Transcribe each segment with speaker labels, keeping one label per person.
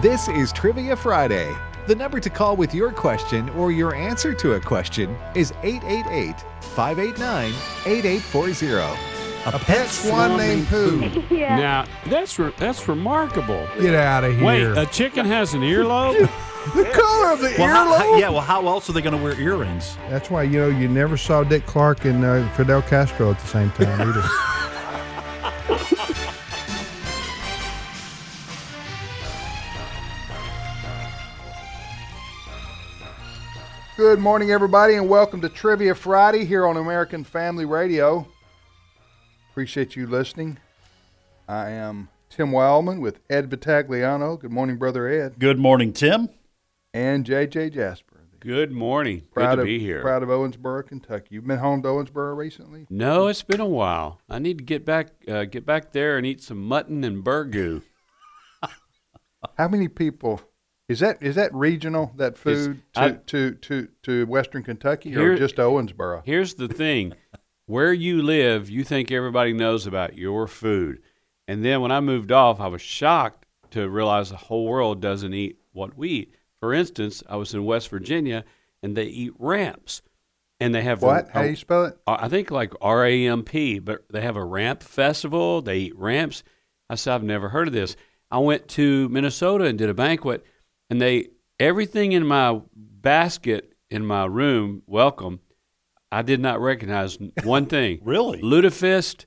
Speaker 1: This is Trivia Friday. The number to call with your question or your answer to a question is 888 589 8840.
Speaker 2: A pet swan named Pooh.
Speaker 3: Yeah.
Speaker 4: Now that's re- that's remarkable.
Speaker 2: Get out of here.
Speaker 4: Wait,
Speaker 5: uh,
Speaker 4: a chicken has an earlobe?
Speaker 2: the color of the
Speaker 5: Well, how- how-
Speaker 2: earlobe.
Speaker 5: yeah, well, how else are they going to wear earrings?
Speaker 6: That's why you know you never saw Dick Clark and uh, Fidel Castro at the same time either. Good morning, everybody, and welcome to Trivia Friday here on American Family Radio. Appreciate you listening. I am Tim Wildman with Ed Vitagliano. Good morning, brother Ed,
Speaker 5: Good morning, Tim.
Speaker 6: and JJ Jasper.
Speaker 4: Good morning. Good
Speaker 6: Proud
Speaker 4: to
Speaker 6: of,
Speaker 4: be here.
Speaker 6: Proud of Owensboro, Kentucky. You've been home to Owensboro recently?
Speaker 4: No, it's been a while. I need to get back uh, get back there and eat some mutton and burgoo.
Speaker 6: How many people? Is that is that regional that food to,
Speaker 4: I-
Speaker 6: to, to, to Western Kentucky
Speaker 4: Here-
Speaker 6: or just Owensboro?
Speaker 4: Here's the thing. Where you live, you think everybody knows about your food. And then when I moved off, I was shocked to realize the whole world doesn't eat what we eat. For instance, I was in West Virginia and they eat ramps. And they have
Speaker 6: What? How do you spell it?
Speaker 4: Uh, I think like R A M P, but they have a ramp festival. They eat ramps. I said, I've never heard of this. I went to Minnesota and did a banquet, and they everything in my basket in my room, welcome. I did not recognize n- one thing.
Speaker 5: Really?
Speaker 4: Lutefisk. Uh,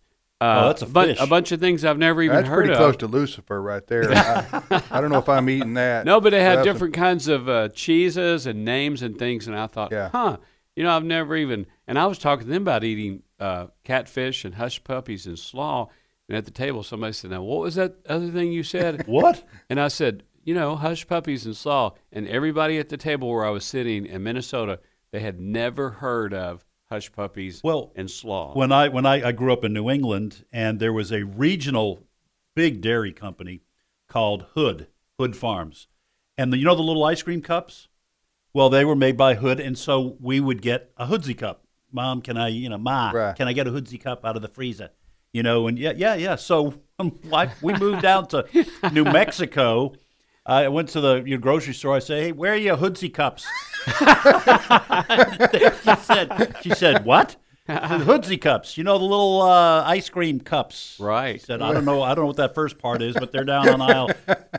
Speaker 5: Oh, that's a
Speaker 4: bu-
Speaker 5: fish.
Speaker 4: a bunch of things I've never even
Speaker 6: That's
Speaker 4: heard
Speaker 6: pretty
Speaker 4: of.
Speaker 6: close to Lucifer right there. I, I don't know if I'm eating that.
Speaker 4: No, but they had
Speaker 6: That's a-
Speaker 4: different kinds of uh, cheeses and names and things, and I thought,
Speaker 6: Yeah.
Speaker 4: huh, you know, I've never even. And I was talking to them about eating uh, catfish and hush puppies and slaw, and at the table somebody said, "Now, what was that other thing you said?"
Speaker 5: What?
Speaker 4: and I said, "You know, hush puppies and slaw." And everybody at the table where I was sitting in Minnesota, they had never heard of hush puppies
Speaker 5: Well,
Speaker 4: and slaw.
Speaker 5: When I when I, I grew up in New England, and there was a regional big dairy company called Hood Hood Farms, and the, you know the little ice cream cups. Well, they were made by Hood, and so we would get a Hoodsy cup. Mom, can I you know, Ma,
Speaker 6: Right.
Speaker 5: can I get a Hoodsy cup out of the freezer? You know, and yeah, yeah, yeah. So um, like we moved out to New Mexico. I went to the your grocery store. I say, hey, where are your Hoodsy cups? she said, she said, what? She said, Hoodsy cups. You know the little uh, ice cream cups.
Speaker 4: Right.
Speaker 5: She said, I don't know. I don't know what that first part is, but they're down on aisle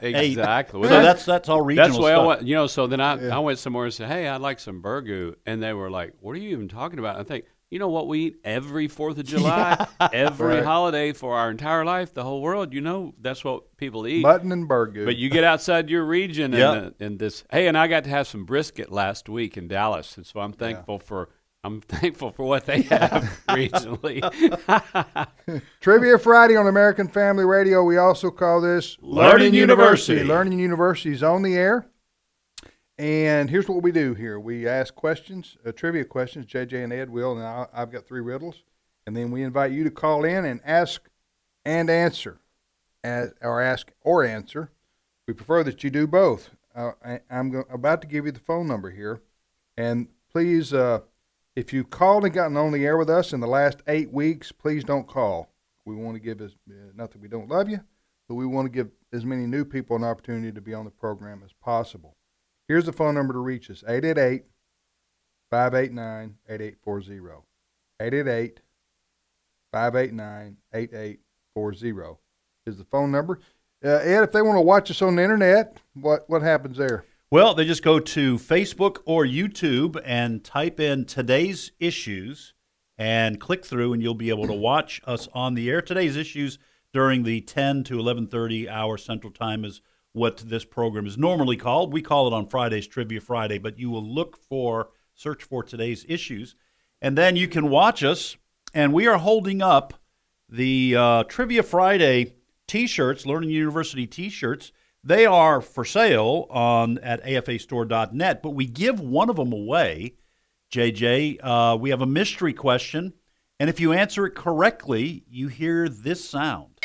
Speaker 5: eight.
Speaker 4: Exactly.
Speaker 5: So that's that's all regional
Speaker 4: That's why
Speaker 5: stuff.
Speaker 4: I went. You know, so then I, I went somewhere and said, "Hey, I'd like some burgoo," and they were like, "What are you even talking about?" I think you know what we eat every Fourth of July, every
Speaker 6: Right.
Speaker 4: holiday for our entire life, the whole world. You know, that's what people eat.
Speaker 6: mutton and burgoo.
Speaker 4: but you get outside your region and,
Speaker 5: Yep.
Speaker 4: the- and this. Hey, and I got to have some brisket last week in Dallas, and so I'm thankful for. I'm thankful for what they have regionally.
Speaker 6: Trivia Friday on American Family Radio. We also call this
Speaker 4: Learning University.
Speaker 6: Learning University is on the air. And here's what we do here we ask questions, uh, trivia questions. JJ and Ed will, and I, I've got three riddles. And then we invite you to call in and ask and answer, as, or ask or answer. We prefer that you do both. Uh, I, I'm go- about to give you the phone number here. And please, uh, if you called and gotten on the air with us in the last eight weeks, please don't call. We want to give as uh, not that we don't love you, but we want to give as many new people an opportunity to be on the program as possible. Here's the phone number to reach us 888 589 8840. 888 589 8840 is the phone number. Uh, Ed, if they want to watch us on the internet, what, what happens there?
Speaker 5: Well, they just go to Facebook or YouTube and type in today's issues and click through, and you'll be able to watch us on the air. Today's issues during the 10 to 11:30 hour Central Time is what this program is normally called. We call it on Fridays Trivia Friday, but you will look for search for today's issues, and then you can watch us. And we are holding up the uh, Trivia Friday T-shirts, Learning University T-shirts. They are for sale on at afastore.net, but we give one of them away. JJ, uh, we have a mystery question, and if you answer it correctly, you hear this sound.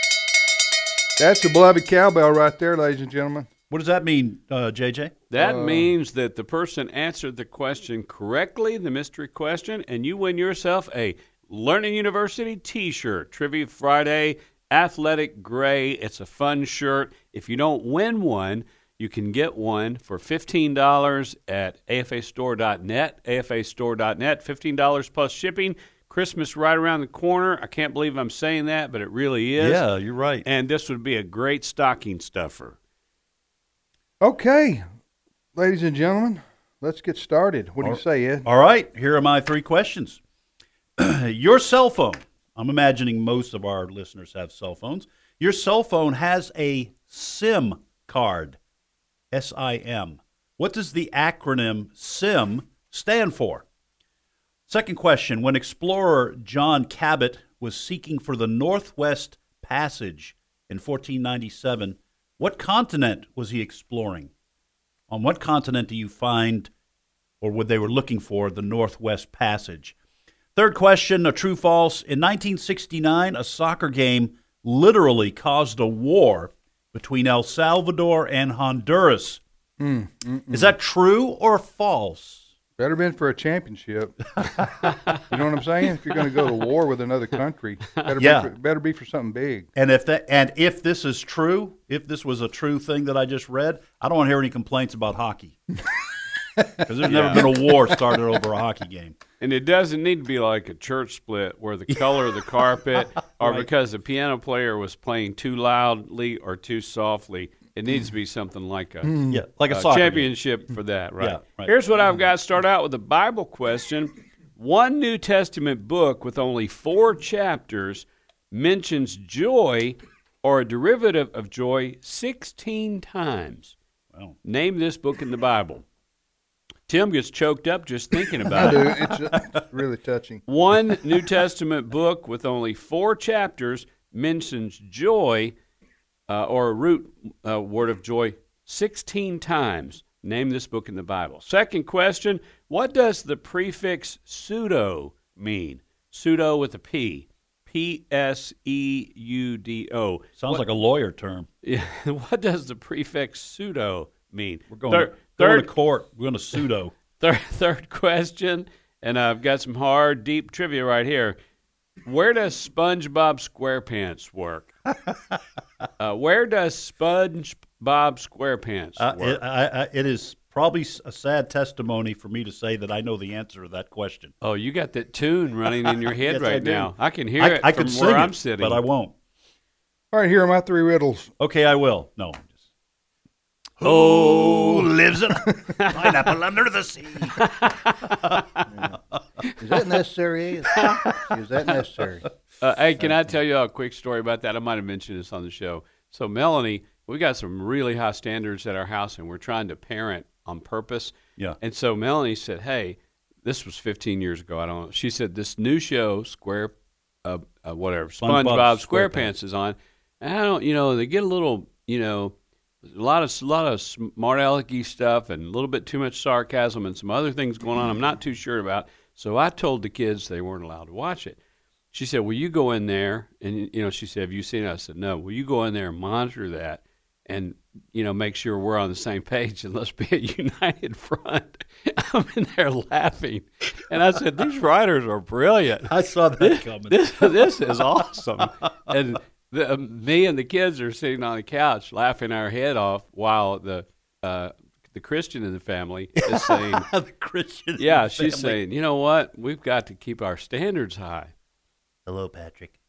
Speaker 6: That's the beloved cowbell right there, ladies and gentlemen.
Speaker 5: What does that mean, uh, JJ?
Speaker 4: That means that the person answered the question correctly, the mystery question, and you win yourself a Learning University t shirt, Trivia Friday, Athletic Gray. It's a fun shirt. If you don't win one, You can get one for $15 at afastore.net, afastore.net, $15 plus shipping. Christmas right around the corner. I can't believe I'm saying that, but it really is.
Speaker 5: Yeah, you're right.
Speaker 4: And this would be a great stocking stuffer.
Speaker 6: Okay, ladies and gentlemen, let's get started. What do you
Speaker 5: All-
Speaker 6: say, Ed?
Speaker 5: All right, here are my three questions. Your cell phone. I'm imagining most of our listeners have cell phones. Your cell phone has a SIM card. S I M. What does the acronym SIM stand for? Second question When explorer John Cabot was seeking for the Northwest Passage in 1497, what continent was he exploring? On what continent do you find or what they were looking for, the Northwest Passage. Third question, a true false. In 1969, a soccer game literally caused a war between El Salvador and Honduras.
Speaker 6: Mm, mm, mm.
Speaker 5: Is that true or false?
Speaker 6: Better been for a championship. you know what I'm saying? If you're going to go to war with another country, better,
Speaker 5: Yeah.
Speaker 6: be, for, better be for something big.
Speaker 5: And if that and if this is true, if this was a true thing that I just read, I don't want to hear any complaints about hockey. Because there's never been a war started over a hockey game.
Speaker 4: And it doesn't need to be like a church split where the color of the carpet or because the piano player was playing too loudly or too softly. It needs to be something like a,
Speaker 5: Mm. Yeah, like a
Speaker 4: a
Speaker 5: soccer game.
Speaker 4: championship for that, right?
Speaker 5: Yeah, right.
Speaker 4: Here's what I've got. Start out with a Bible question. One New Testament book with only four chapters mentions joy or a derivative of joy 16 times.
Speaker 5: Wow.
Speaker 4: Name this book in the Bible. Tim gets choked up just thinking
Speaker 6: I
Speaker 4: about
Speaker 6: do.
Speaker 4: it.
Speaker 6: It's, it's really touching.
Speaker 4: One New Testament book with only four chapters mentions joy uh, or a root uh, word of joy 16 times. Name this book in the Bible. Second question What does the prefix pseudo mean? Pseudo with a P. P S E U D O.
Speaker 5: Sounds like a lawyer term.
Speaker 4: Yeah, what does the prefix pseudo mean?
Speaker 5: We're going,
Speaker 4: Third-
Speaker 5: going
Speaker 4: third
Speaker 5: to court. We're going to pseudo.
Speaker 4: Third, third question, and I've got some hard, deep trivia right here. Where does SpongeBob SquarePants work? uh, where does SpongeBob SquarePants
Speaker 5: Uh,
Speaker 4: work?
Speaker 5: it, I, I, it is probably s- a sad testimony for me to say that I know the answer to that question.
Speaker 4: oh, you got that tune running in your head
Speaker 5: Yes, I
Speaker 4: right
Speaker 5: do.
Speaker 4: now. I can hear
Speaker 5: I,
Speaker 4: it
Speaker 5: I
Speaker 4: from
Speaker 5: could
Speaker 4: where
Speaker 5: sing
Speaker 4: I'm
Speaker 5: it,
Speaker 4: sitting.
Speaker 5: but I won't.
Speaker 6: All right, here are my three riddles.
Speaker 5: Okay, I will. No. I'm just- Who lives in a pineapple under the sea?
Speaker 2: Is that necessary? Is that necessary?
Speaker 4: Uh, hey, can I tell you a quick story about that? I might have mentioned this on the show. So, Melanie, we got some really high standards at our house, and we're trying to parent on purpose.
Speaker 5: Yeah.
Speaker 4: And so Melanie said, "Hey, this was 15 years ago. I don't." She said, "This new show, Square, uh, uh, whatever,
Speaker 5: SpongeBob
Speaker 4: SpongeBob, SquarePants, is on, and I don't, you know, they get a little, you know, a lot of a lot of smart alecky stuff and a little bit too much sarcasm and some other things going on. I'm not too sure about. So I told the kids they weren't allowed to watch it." She said, "Will you go in there?" And you know, she said, "Have you seen?" It? I said, "No." Will you go in there and monitor that, and you know, make sure we're on the same page and let's be a united front? I'm in there laughing, and I said, "These writers are brilliant.
Speaker 5: I saw that coming.
Speaker 4: This this is awesome." And the, um, me and the kids are sitting on the couch laughing our head off while the uh, the Christian in the family is saying.
Speaker 5: the Christian.
Speaker 4: Yeah,
Speaker 5: family.
Speaker 4: she's saying, you know what? We've got to keep our standards high.
Speaker 5: Hello, Patrick.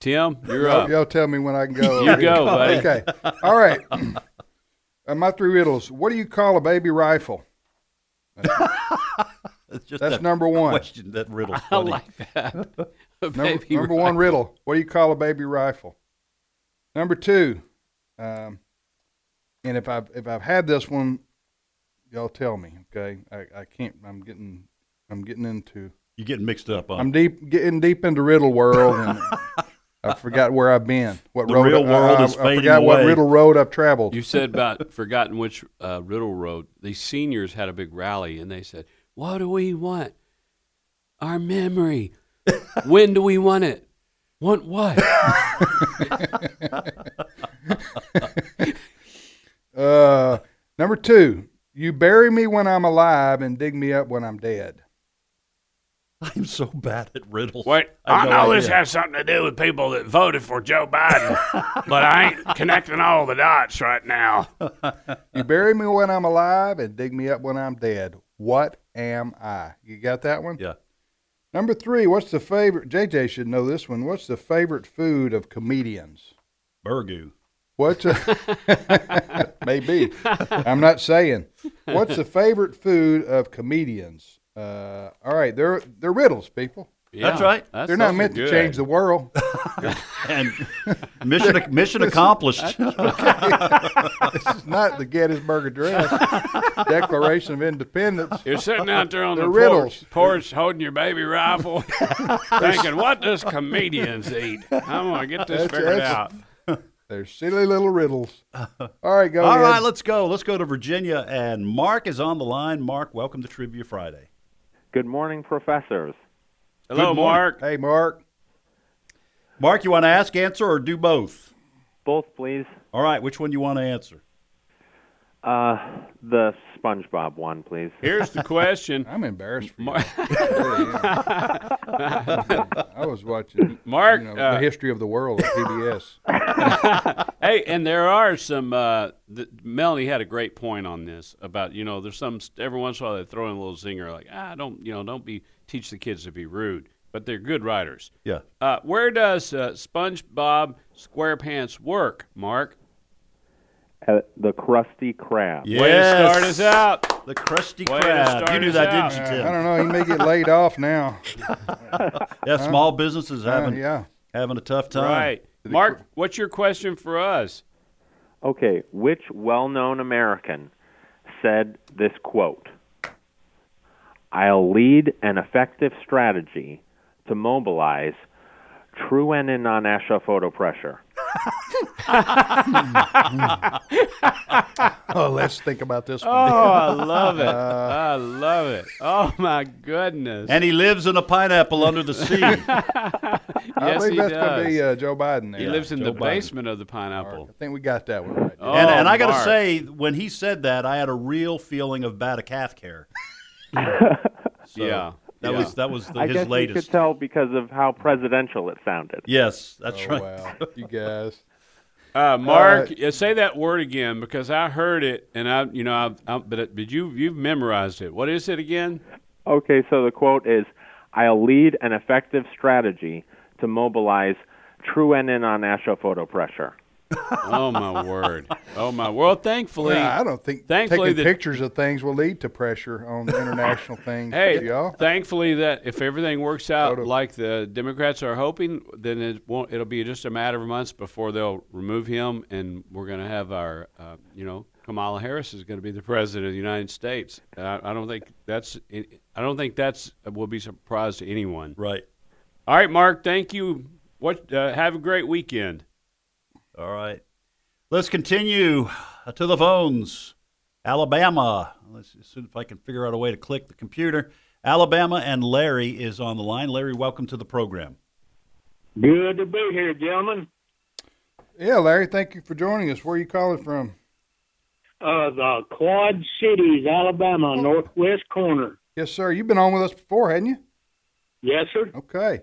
Speaker 4: Tim, you're
Speaker 6: Y'all,
Speaker 4: up.
Speaker 6: y'all tell me when I can go.
Speaker 4: You go, buddy.
Speaker 6: Okay. All right. Uh, my three riddles. What do you call a baby rifle?
Speaker 5: That's just
Speaker 6: That's
Speaker 5: that
Speaker 6: number one.
Speaker 5: question. That riddle.
Speaker 4: I like that.
Speaker 6: Number, number one riddle. What do you call a baby rifle? Number two. Um, and if I've if I've had this one, y'all tell me. Okay. I, I can't. I'm getting. I'm getting into.
Speaker 5: You're getting mixed up on
Speaker 6: I'm deep getting deep into riddle world, and I forgot where I've been. What
Speaker 5: The
Speaker 6: road
Speaker 5: real
Speaker 6: I-
Speaker 5: world
Speaker 6: I,
Speaker 5: is
Speaker 6: I
Speaker 5: fading
Speaker 6: forgot what
Speaker 5: away.
Speaker 6: riddle road I've traveled.
Speaker 4: You said about forgotten which uh, riddle road. The seniors had a big rally, and they said, "What do we want? Our memory. when do we want it? Want what?
Speaker 6: Uh, number two, you bury me when I'm alive and dig me up when I'm dead.
Speaker 5: I'm so bad at riddles.
Speaker 3: Wait, I,
Speaker 5: have no
Speaker 3: know this
Speaker 5: idea.
Speaker 3: has something to do with people that voted for Joe Biden, but I ain't connecting all the dots right now.
Speaker 6: You bury me when I'm alive and dig me up when I'm dead. What am I? You got that one?
Speaker 5: Yeah.
Speaker 6: Number three, what's the favorite? JJ should know this one. What's the favorite food of comedians?
Speaker 5: Burgoo.
Speaker 6: What's a, maybe? I'm not saying. What's the favorite food of comedians? Uh, all right, they're they're riddles, people.
Speaker 5: That's right.
Speaker 6: they're not meant to change the world.
Speaker 5: And mission mission accomplished.
Speaker 6: It's not the Gettysburg Address, Declaration of Independence.
Speaker 3: You're sitting out there on the,
Speaker 6: They're riddles.
Speaker 3: porch, porch holding your baby rifle, thinking, "What does comedians eat?" I'm gonna get this
Speaker 6: That's-
Speaker 3: figured
Speaker 6: that's-
Speaker 3: out.
Speaker 6: They're silly little riddles. All right, go
Speaker 5: All
Speaker 6: ahead.
Speaker 5: right, let's go. Let's go to Virginia, and Mark is on the line. Mark, welcome to Trivia Friday.
Speaker 7: Good morning, professors.
Speaker 3: Hello, Mark.
Speaker 6: hey, Mark.
Speaker 5: Mark, you want to ask, answer, or do both?
Speaker 7: Both, please.
Speaker 5: All right, which one you want to answer?
Speaker 7: Uh, the SpongeBob one, please.
Speaker 3: Here's the question.
Speaker 6: I'm embarrassed for you.
Speaker 3: Mar-
Speaker 6: I really am. I was watching
Speaker 3: Mark,
Speaker 6: you know,
Speaker 3: uh,
Speaker 6: the history of the world at PBS.
Speaker 4: Hey, and there are some. Uh, th- Melanie had a great point on this about you know there's some every once in a while they throw in a little zinger like ah don't you know don't be teach the kids to be rude, but they're good writers.
Speaker 5: Yeah.
Speaker 4: Uh, where does uh, SpongeBob SquarePants work, Mark?
Speaker 7: Uh, the Krusty Krab.
Speaker 5: Yes.
Speaker 4: Way to start us out.
Speaker 5: The Krusty
Speaker 4: Way to
Speaker 5: Krab.
Speaker 4: start
Speaker 5: You knew
Speaker 4: us
Speaker 5: that,
Speaker 4: out.
Speaker 5: didn't
Speaker 6: Uh,
Speaker 5: you,
Speaker 6: I
Speaker 5: Tim?
Speaker 6: don't know. He may get laid off now.
Speaker 5: Yeah, small businesses
Speaker 6: Uh,
Speaker 5: having
Speaker 6: yeah.
Speaker 5: having a tough time.
Speaker 4: Right, Mark. What's your question for us?
Speaker 7: Okay, which well known American said this quote I'll lead an effective strategy to mobilize true and non-ASHA photo pressure.
Speaker 6: Oh, let's think about this
Speaker 4: Oh,
Speaker 6: one. Uh,
Speaker 4: I love it. I love it. Oh my goodness.
Speaker 5: And he lives in a pineapple under the sea.
Speaker 6: I
Speaker 4: yes,
Speaker 6: believe
Speaker 4: he
Speaker 6: that's
Speaker 4: does.
Speaker 6: to be uh, Joe Biden there.
Speaker 4: he lives in
Speaker 5: Joe
Speaker 4: the
Speaker 5: Biden.
Speaker 4: basement of the
Speaker 6: I
Speaker 4: pineapple.
Speaker 6: think we got that one right.
Speaker 4: Oh,
Speaker 5: and, and I got to
Speaker 4: Mark.
Speaker 5: say, when he said that, I had a real feeling of bad a calf care. So
Speaker 4: Yeah,
Speaker 5: That
Speaker 4: yeah.
Speaker 5: was that was the,
Speaker 7: I
Speaker 5: his
Speaker 7: guess you
Speaker 5: latest.
Speaker 7: could tell because of how presidential it sounded.
Speaker 5: Yes, that's
Speaker 6: Oh,
Speaker 5: right.
Speaker 6: wow. You guys.
Speaker 4: Uh, Mark, yeah, say that word again because I heard it, and I, you know, I, I, but it, but you you've memorized it. What is it again?
Speaker 7: Okay, so the quote is I'll lead an effective strategy to mobilize true and non-ASHA photo pressure.
Speaker 4: Oh my word! Oh my. Well, thankfully,
Speaker 6: Yeah, I don't think
Speaker 4: Thankfully
Speaker 6: taking
Speaker 4: the-
Speaker 6: pictures of things will lead to pressure on international things.
Speaker 4: hey,
Speaker 6: y'all.
Speaker 4: thankfully that if everything works out
Speaker 6: Photo.
Speaker 4: like the Democrats are hoping, then it won't. It'll be just a matter of months before they'll remove him, and we're going to have our, uh, you know, Kamala Harris is going to be the president of the United States. I, I don't think that's. I don't think that's will be surprise to anyone.
Speaker 5: Right.
Speaker 4: All right, Mark. Thank you. What? Uh, have a great weekend.
Speaker 5: All right. Let's continue to the phones. Alabama. Let's see see if I can figure out a way to click the computer. Alabama and Larry is on the line. Larry, welcome to the program.
Speaker 3: Good to be here, gentlemen.
Speaker 6: Yeah, Larry, thank you for joining us. Where are you calling from?
Speaker 8: uh, the Quad Cities, Alabama, northwest corner.
Speaker 6: Yes, sir. You've been on with us before, hadn't you?
Speaker 8: Yes, sir.
Speaker 6: Okay.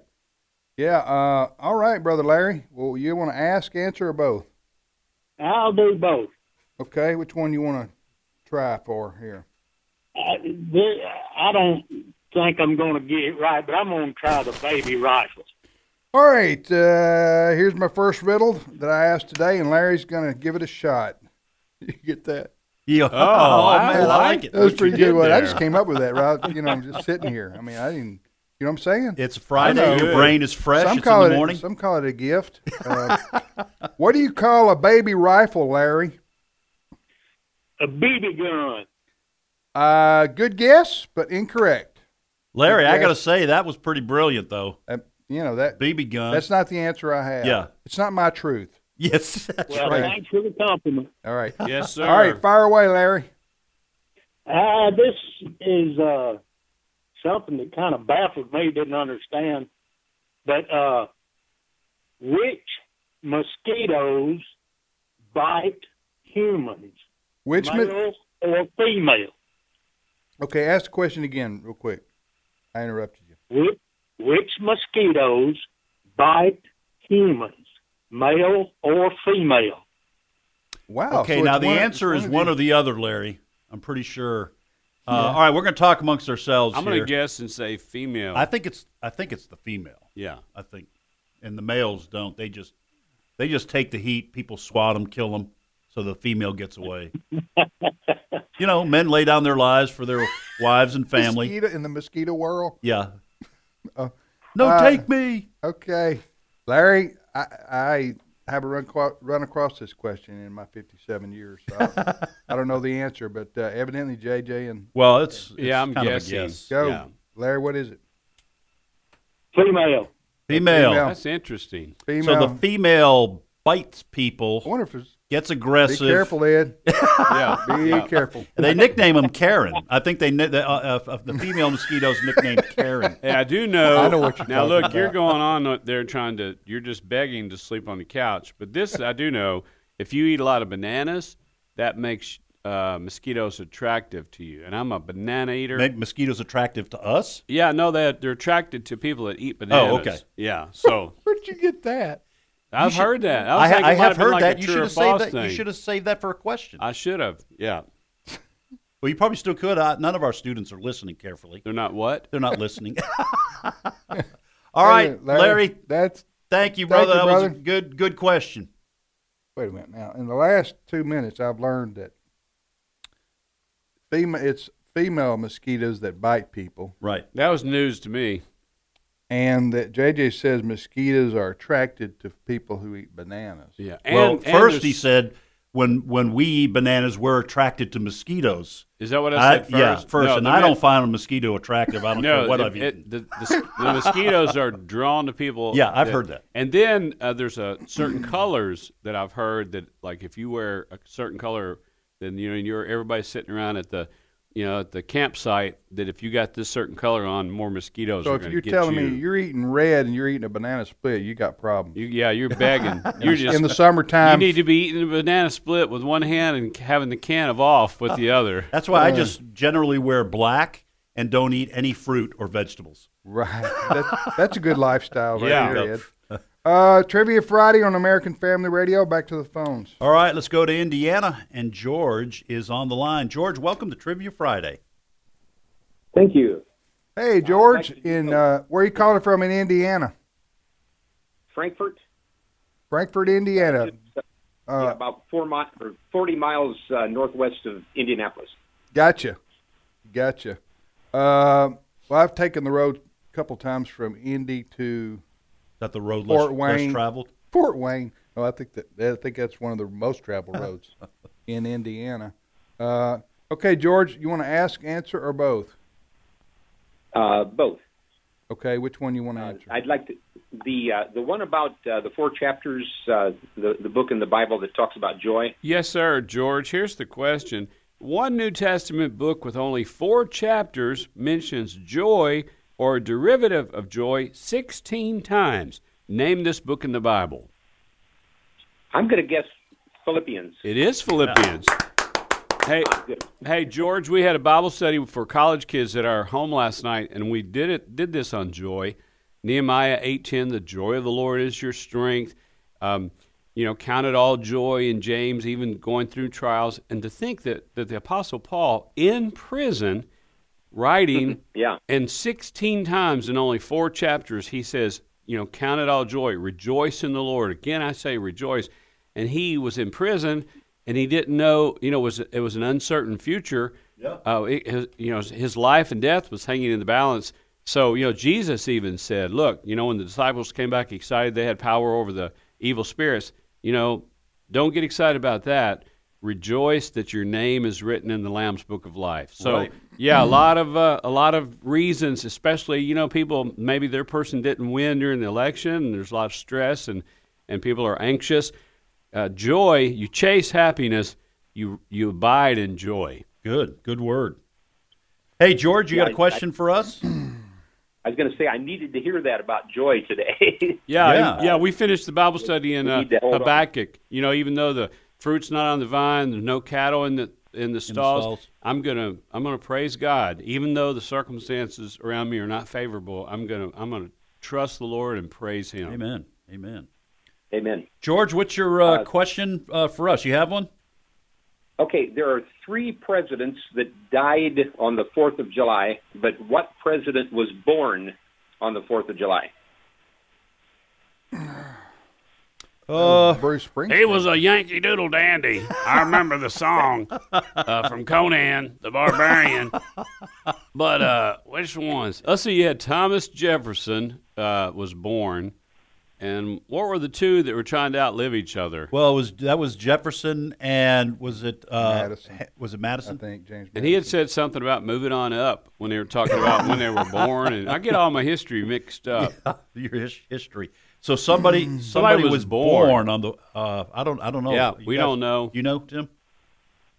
Speaker 6: Yeah. Uh, all right, brother Larry. Well, you want to ask, answer, or both?
Speaker 8: I'll do both.
Speaker 6: Okay. Which one you want to try for here?
Speaker 8: I, the, I don't think I'm going to get it right, but I'm going to try the baby rifle.
Speaker 6: All right. Uh, here's my first riddle that I asked today, and Larry's gonna give it a shot. You get that?
Speaker 5: Yeah. Oh,
Speaker 4: I
Speaker 5: man, I like
Speaker 4: like
Speaker 5: it.
Speaker 6: That was
Speaker 5: What
Speaker 6: pretty
Speaker 5: you
Speaker 6: good.
Speaker 5: did
Speaker 6: One. I
Speaker 5: there.
Speaker 6: just came up with that. Right? You know, I'm just sitting here. I mean, I didn't. You know what I'm saying?
Speaker 5: It's
Speaker 6: I
Speaker 5: Friday.
Speaker 6: know.
Speaker 5: Your brain is fresh.
Speaker 6: some
Speaker 5: it's in
Speaker 6: call
Speaker 5: the
Speaker 6: it.
Speaker 5: morning.
Speaker 6: Some call it a gift. Uh, what do you call a baby rifle, Larry?
Speaker 8: A BB gun.
Speaker 6: Uh, good guess, but incorrect.
Speaker 5: Larry, I
Speaker 6: Yes.
Speaker 5: got to say, that was pretty brilliant, though.
Speaker 6: Uh, you know that
Speaker 5: BB gun.
Speaker 6: That's not the answer I have.
Speaker 5: Yeah.
Speaker 6: It's not my truth.
Speaker 5: yes. That's
Speaker 8: Well,
Speaker 6: right.
Speaker 8: thanks for the compliment.
Speaker 6: All right.
Speaker 4: Yes, sir.
Speaker 6: All right. Fire away, Larry.
Speaker 8: Uh, this is uh, something that kind of baffled me, didn't understand. But uh, which mosquitoes bite humans,
Speaker 6: Which mi-
Speaker 8: male or female?
Speaker 6: Okay. Ask the question again, real quick. I interrupted you.
Speaker 8: Which, which mosquitoes bite humans, male or female?
Speaker 6: Wow.
Speaker 5: okay,
Speaker 6: so
Speaker 5: now
Speaker 6: it's
Speaker 5: the
Speaker 6: one-
Speaker 5: answer
Speaker 6: it's
Speaker 5: is Oh, one
Speaker 6: the-
Speaker 5: or the other, Larry. I'm pretty sure. Uh, All right, we're going to talk amongst ourselves
Speaker 4: I'm
Speaker 5: here.
Speaker 4: going to guess and say female.
Speaker 5: I think it's I think it's the female.
Speaker 4: yeah.
Speaker 5: I think, and the males don't. They just they just take the heat. People swat them, kill them, so the female gets away. you know, men lay down their lives for their wives and family.
Speaker 6: mosquito in the mosquito world.
Speaker 5: Yeah.
Speaker 6: Uh,
Speaker 5: no,
Speaker 6: uh,
Speaker 5: take me.
Speaker 6: Okay, Larry, I, I haven't run qua- run across this question in my 57 years. So I, don't, I don't know the answer, but uh, evidently JJ and
Speaker 5: Well, it's, it's
Speaker 4: Yeah, I'm
Speaker 5: kind
Speaker 4: guessing.
Speaker 5: Of a guess.
Speaker 6: go,
Speaker 4: Yeah.
Speaker 6: Larry, what is it?
Speaker 8: Female.
Speaker 5: Female.
Speaker 6: Female.
Speaker 4: That's interesting.
Speaker 6: Female.
Speaker 5: So the female bites
Speaker 6: I
Speaker 5: people,
Speaker 6: wonder if it's.
Speaker 5: gets
Speaker 6: Be
Speaker 5: aggressive.
Speaker 6: careful, Ed.
Speaker 4: Yeah.
Speaker 6: Be careful.
Speaker 5: And they nickname him Karen. I think they ni- the, uh, uh, the female mosquitoes nicknamed Karen.
Speaker 4: Hey, I do know.
Speaker 6: I know what you're
Speaker 4: now.
Speaker 6: talking
Speaker 4: Look,
Speaker 6: about.
Speaker 4: you're going on up there trying to. You're just begging to sleep on the couch. But this I do know. If you eat a lot of bananas, that makes uh, mosquitoes attractive to you. And I'm a banana eater.
Speaker 5: Make mosquitoes attractive to us.
Speaker 4: Yeah, no, that they're attracted to people that
Speaker 6: Oh,
Speaker 4: eat bananas.
Speaker 5: okay.
Speaker 4: Yeah, so
Speaker 6: Where'd you get that?
Speaker 4: I've
Speaker 5: should-
Speaker 4: heard that. I,
Speaker 5: I,
Speaker 4: was
Speaker 5: ha-
Speaker 4: thinking
Speaker 5: I
Speaker 4: it might
Speaker 5: have
Speaker 4: been
Speaker 5: heard
Speaker 4: like a
Speaker 5: that. You
Speaker 4: true
Speaker 5: should
Speaker 4: or
Speaker 5: have saved
Speaker 4: false
Speaker 5: that. You
Speaker 4: thing.
Speaker 5: should have saved that for a question.
Speaker 4: I should have. Yeah,
Speaker 5: well, you probably still could. I, none of our students are listening carefully.
Speaker 4: they're not what.
Speaker 5: They're not listening. All right, Larry.
Speaker 6: That's
Speaker 5: Thank you,
Speaker 6: Thank you,
Speaker 5: brother. that was a
Speaker 6: brother.
Speaker 5: good, good question.
Speaker 6: wait a minute now. In the last two minutes, I've learned that female it's female mosquitoes that bite people,
Speaker 5: Right.
Speaker 4: That was news to me.
Speaker 6: and that JJ says mosquitoes are attracted to people who eat bananas.
Speaker 4: Yeah.
Speaker 5: well,
Speaker 4: And- and
Speaker 5: first he
Speaker 4: there's-
Speaker 5: said, when when we eat bananas, we're attracted to mosquitoes.
Speaker 4: "Is that what I said?" first?
Speaker 5: yeah, first,
Speaker 4: No,
Speaker 5: and
Speaker 4: the
Speaker 5: I
Speaker 4: man-
Speaker 5: don't find a mosquito attractive. I don't
Speaker 4: No,
Speaker 5: care what
Speaker 4: it-
Speaker 5: I've
Speaker 4: it-
Speaker 5: eaten.
Speaker 4: the, the, the mosquitoes are drawn to people.
Speaker 5: Yeah, I've heard that.
Speaker 4: And then uh, there's a certain colors that I've heard that, like, if you wear a certain color, then you know you're everybody's sitting around at the, you know, at the campsite. That if you got this certain color on, more mosquitoes.
Speaker 6: So
Speaker 4: are
Speaker 6: if
Speaker 4: gonna
Speaker 6: you're
Speaker 4: get
Speaker 6: telling
Speaker 4: you.
Speaker 6: me you're eating red and you're eating a banana split, you got problems.
Speaker 4: You- yeah, you're begging. You're just
Speaker 6: in the summertime,
Speaker 4: you need to be eating a banana split with one hand and having the can of off with the other.
Speaker 5: That's why
Speaker 6: Uh.
Speaker 5: I just generally wear black and don't eat any fruit or vegetables.
Speaker 6: right? That's, that's a good lifestyle, right
Speaker 4: Yeah.
Speaker 6: there, Ed. Uh, Trivia Friday on American Family Radio. Back to the phones.
Speaker 5: All right, let's go to Indiana, and George is on the line. George, welcome to Trivia Friday.
Speaker 9: Thank you.
Speaker 6: Hey George, in uh, where are you calling from in Indiana?
Speaker 9: Frankfurt,
Speaker 6: Frankfort, Indiana. Uh,
Speaker 9: about four mi- or 40 miles uh, northwest of Indianapolis.
Speaker 6: gotcha, gotcha. Uh, well, I've taken the road a couple times from Indy to
Speaker 5: Is that the road less,
Speaker 6: Fort
Speaker 5: less
Speaker 6: Wayne.
Speaker 5: traveled?
Speaker 6: Fort Wayne. Oh, I think that I think that's one of the most traveled roads in Indiana. Uh, okay, George, you want to ask, answer, or both?
Speaker 9: Uh, both.
Speaker 6: Okay, which one you want to
Speaker 9: Uh,
Speaker 6: answer?
Speaker 9: I'd like to, the uh, the one about uh, the four chapters, uh, the the book in the Bible that talks about joy.
Speaker 4: Yes, sir, George. Here's the question. One New Testament book with only four chapters mentions joy or a derivative of joy 16 times. Name this book in the Bible.
Speaker 9: I'm going to guess Philippians.
Speaker 4: It is Philippians. Hey, hey, George. We had a Bible study for college kids at our home last night, and we did it. Did this on joy, Nehemiah eight ten. The joy of the Lord is your strength. Um, you know, count it all joy in James, even going through trials, and to think that that the Apostle Paul in prison, writing,
Speaker 9: Yeah.
Speaker 4: and sixteen times in only four chapters, he says, you know, count it all joy, rejoice in the Lord. Again, I say rejoice and he was in prison and he didn't know you know it was it was an uncertain future yeah uh, it- his, you know his life and death was hanging in the balance so you know jesus even said look you know when the disciples came back excited they had power over the evil spirits you know don't get excited about that rejoice that your name is written in the lamb's book of life so
Speaker 5: Right.
Speaker 4: yeah a lot of uh, a lot of reasons especially you know people maybe their person didn't win during the election and there's a lot of stress and and people are anxious uh, joy you chase happiness you you abide in joy
Speaker 5: Good, good word. Hey, George, you
Speaker 9: Yeah,
Speaker 5: got a
Speaker 9: I-
Speaker 5: question for us?
Speaker 9: I was going to say I needed to hear that about joy today.
Speaker 4: yeah
Speaker 5: Yeah.
Speaker 4: yeah, we finished the bible study in
Speaker 9: We
Speaker 4: uh,
Speaker 9: need to hold on.
Speaker 4: habakkuk you know even though the fruit's not on the vine there's no cattle in the in the stalls.
Speaker 5: stalls.
Speaker 4: I'm gonna I'm gonna praise God, even though the circumstances around me are not favorable. I'm gonna I'm gonna trust the Lord and praise Him.
Speaker 5: Amen. Amen.
Speaker 9: Amen.
Speaker 5: George, what's your uh, question uh, for us? You have one?
Speaker 9: Okay, there are three presidents that died on the 4th of July, but what president was born on the 4th of July?
Speaker 5: Uh,
Speaker 6: Bruce Springsteen.
Speaker 3: He was a Yankee Doodle dandy. I remember the song uh, from Conan the Barbarian. But uh, which ones?
Speaker 4: Let's see. You had Thomas Jefferson uh, was born, and what were the two that were trying to outlive each other?
Speaker 5: well, it was that was Jefferson and was it uh,
Speaker 6: Madison.
Speaker 5: he- Was it
Speaker 6: I
Speaker 5: Madison?
Speaker 6: think James.
Speaker 4: And he had
Speaker 6: Madison.
Speaker 4: said something about moving on up when they were talking about when they were born, and I get all my history mixed up.
Speaker 5: Your his- history. So somebody
Speaker 6: Hmm.
Speaker 5: somebody, was,
Speaker 4: was
Speaker 5: born.
Speaker 4: born.
Speaker 5: on the. Uh, I don't I don't know.
Speaker 4: Yeah,
Speaker 5: You
Speaker 4: we
Speaker 5: guys-
Speaker 4: don't know.
Speaker 5: You know, Tim.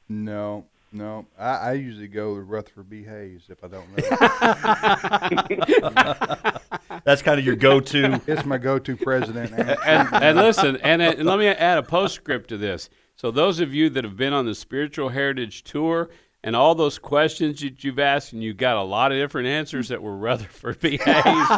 Speaker 6: no, no. I, I usually go with Rutherford B. Hayes if I don't know.
Speaker 5: That's kind of your go-to.
Speaker 6: it's my go-to president. now.
Speaker 4: and, and listen, and, uh, and let me add a postscript to this. So, those of you that have been on the Spiritual Heritage Tour and all those questions that you've asked, and you got a lot of different answers that were Rutherford B. Hayes,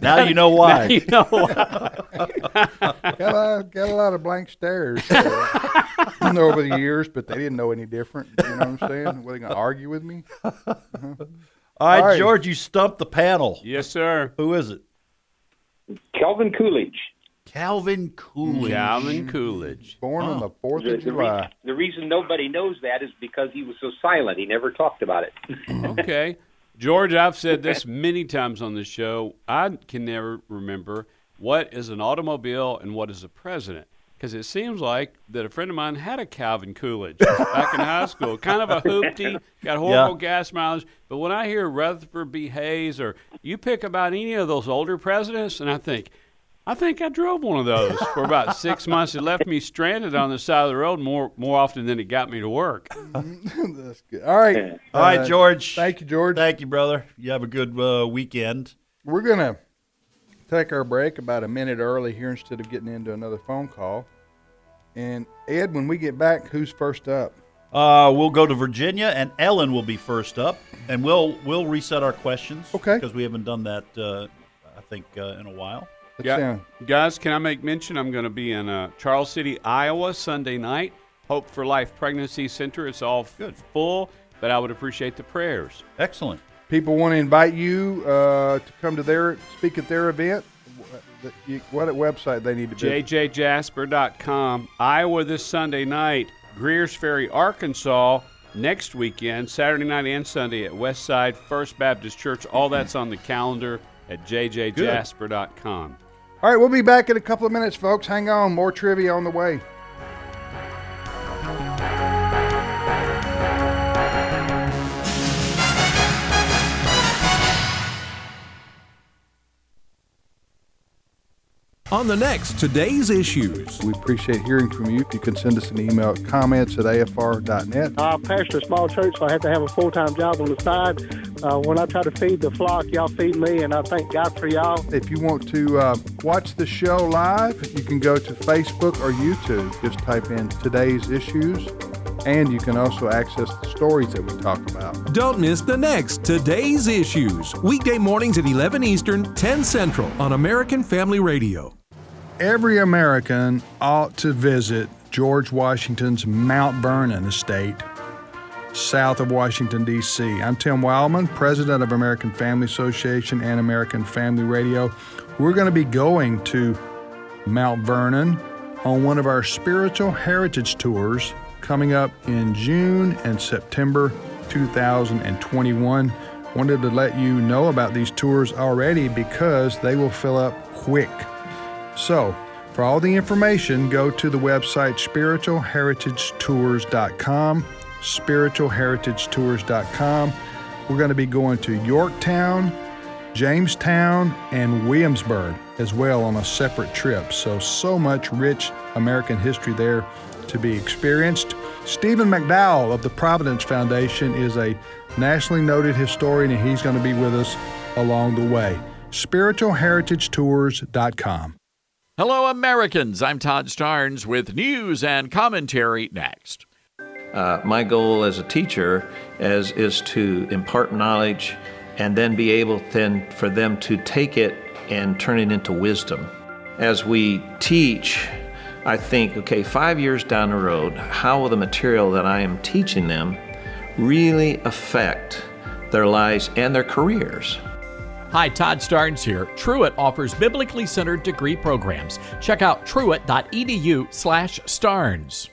Speaker 5: now you know why.
Speaker 4: you know what?
Speaker 6: got, a lot, got a lot of blank stares uh, over the years, but they didn't know any different. You know what I'm saying? Were they going to argue with me?
Speaker 5: All right,
Speaker 6: All right.
Speaker 5: George, you stumped the panel.
Speaker 4: Yes, sir.
Speaker 5: Who is it?
Speaker 9: Calvin Coolidge.
Speaker 5: Calvin Coolidge.
Speaker 4: Calvin Coolidge.
Speaker 6: Born on the Fourth
Speaker 9: The,
Speaker 6: of
Speaker 9: the, re-
Speaker 6: July.
Speaker 9: the reason nobody knows that is because he was so silent. He never talked about it.
Speaker 4: Okay. George, I've said this many times on this show. I can never remember what is an automobile and what is a president. Because it seems like that a friend of mine had a Calvin Coolidge back in high school. Kind of a hoopty, got horrible gas mileage. But when I hear Rutherford B. Hayes or you pick about any of those older presidents, and I think, I think I drove one of those for about six months. It left me stranded on the side of the road more more often than it got me to work.
Speaker 6: That's good. All right.
Speaker 5: All right,
Speaker 6: Uh,
Speaker 5: George.
Speaker 6: Thank you, George.
Speaker 5: Thank you, brother. You have a good uh, weekend.
Speaker 6: We're going to take our break about a minute early here instead of getting into another phone call. And Ed, when we get back, who's first up?
Speaker 5: Uh, we'll go to Virginia, and Ellen will be first up, and we'll we'll reset our questions.
Speaker 6: Okay.
Speaker 5: Because we haven't done that, uh, I think, uh, in a while.
Speaker 6: That
Speaker 4: Yeah.
Speaker 6: sound-
Speaker 4: Guys, can I make mention? I'm going to be in uh, Charles City, Iowa, Sunday night. Hope for Life Pregnancy Center. It's all
Speaker 5: Good.
Speaker 4: full, but I would appreciate the prayers.
Speaker 5: Excellent.
Speaker 6: people want to invite you uh, to come to their speak at their event. Wh- the- you- What website they need to visit?
Speaker 4: JJJasper.com, Iowa this Sunday night, Greers Ferry, Arkansas next weekend, Saturday night and Sunday at Westside First Baptist Church. All that's on the calendar at JJJasper.com.
Speaker 6: All right, we'll be back in a couple of minutes, folks. Hang on, more trivia on the way.
Speaker 1: On the next Today's Issues.
Speaker 6: We appreciate hearing from you. You can send us an email at comments at afr.net.
Speaker 8: I pastor a small church, so I have to have a full time job on the side. Uh, when I try to feed the flock, y'all feed me, and I thank God for y'all.
Speaker 6: If you want to uh, watch the show live, you can go to Facebook or YouTube. Just type in today's issues, and you can also access the stories that we talk about.
Speaker 1: Don't miss the next Today's Issues. Weekday mornings at 11 Eastern, 10 Central on American Family Radio.
Speaker 10: Every American ought to visit George Washington's Mount Vernon estate south of Washington, D.C. I'm Tim Wildman, president of American Family Association and American Family Radio. We're going to be going to Mount Vernon on one of our spiritual heritage tours coming up in June and September 2021. Wanted to let you know about these tours already because they will fill up quick. So, for all the information, go to the website spiritualheritagetours.com. Spiritualheritagetours.com. We're going to be going to Yorktown, Jamestown, and Williamsburg as well on a separate trip. So, so much rich American history there to be experienced. Stephen McDowell of the Providence Foundation is a nationally noted historian, and he's going to be with us along the way. SpiritualHeritageTours.com.
Speaker 11: Hello, Americans. I'm Todd Starnes with news and commentary next. Uh, my goal as a teacher is, is to impart knowledge and then be able then for them to take it and turn it into wisdom. As we teach, I think, okay, five years down the road, how will the material that I am teaching them really affect their lives and their careers?
Speaker 12: Hi, Todd Starnes here. Truett offers biblically centered degree programs. Check out truett.edu slash starnes.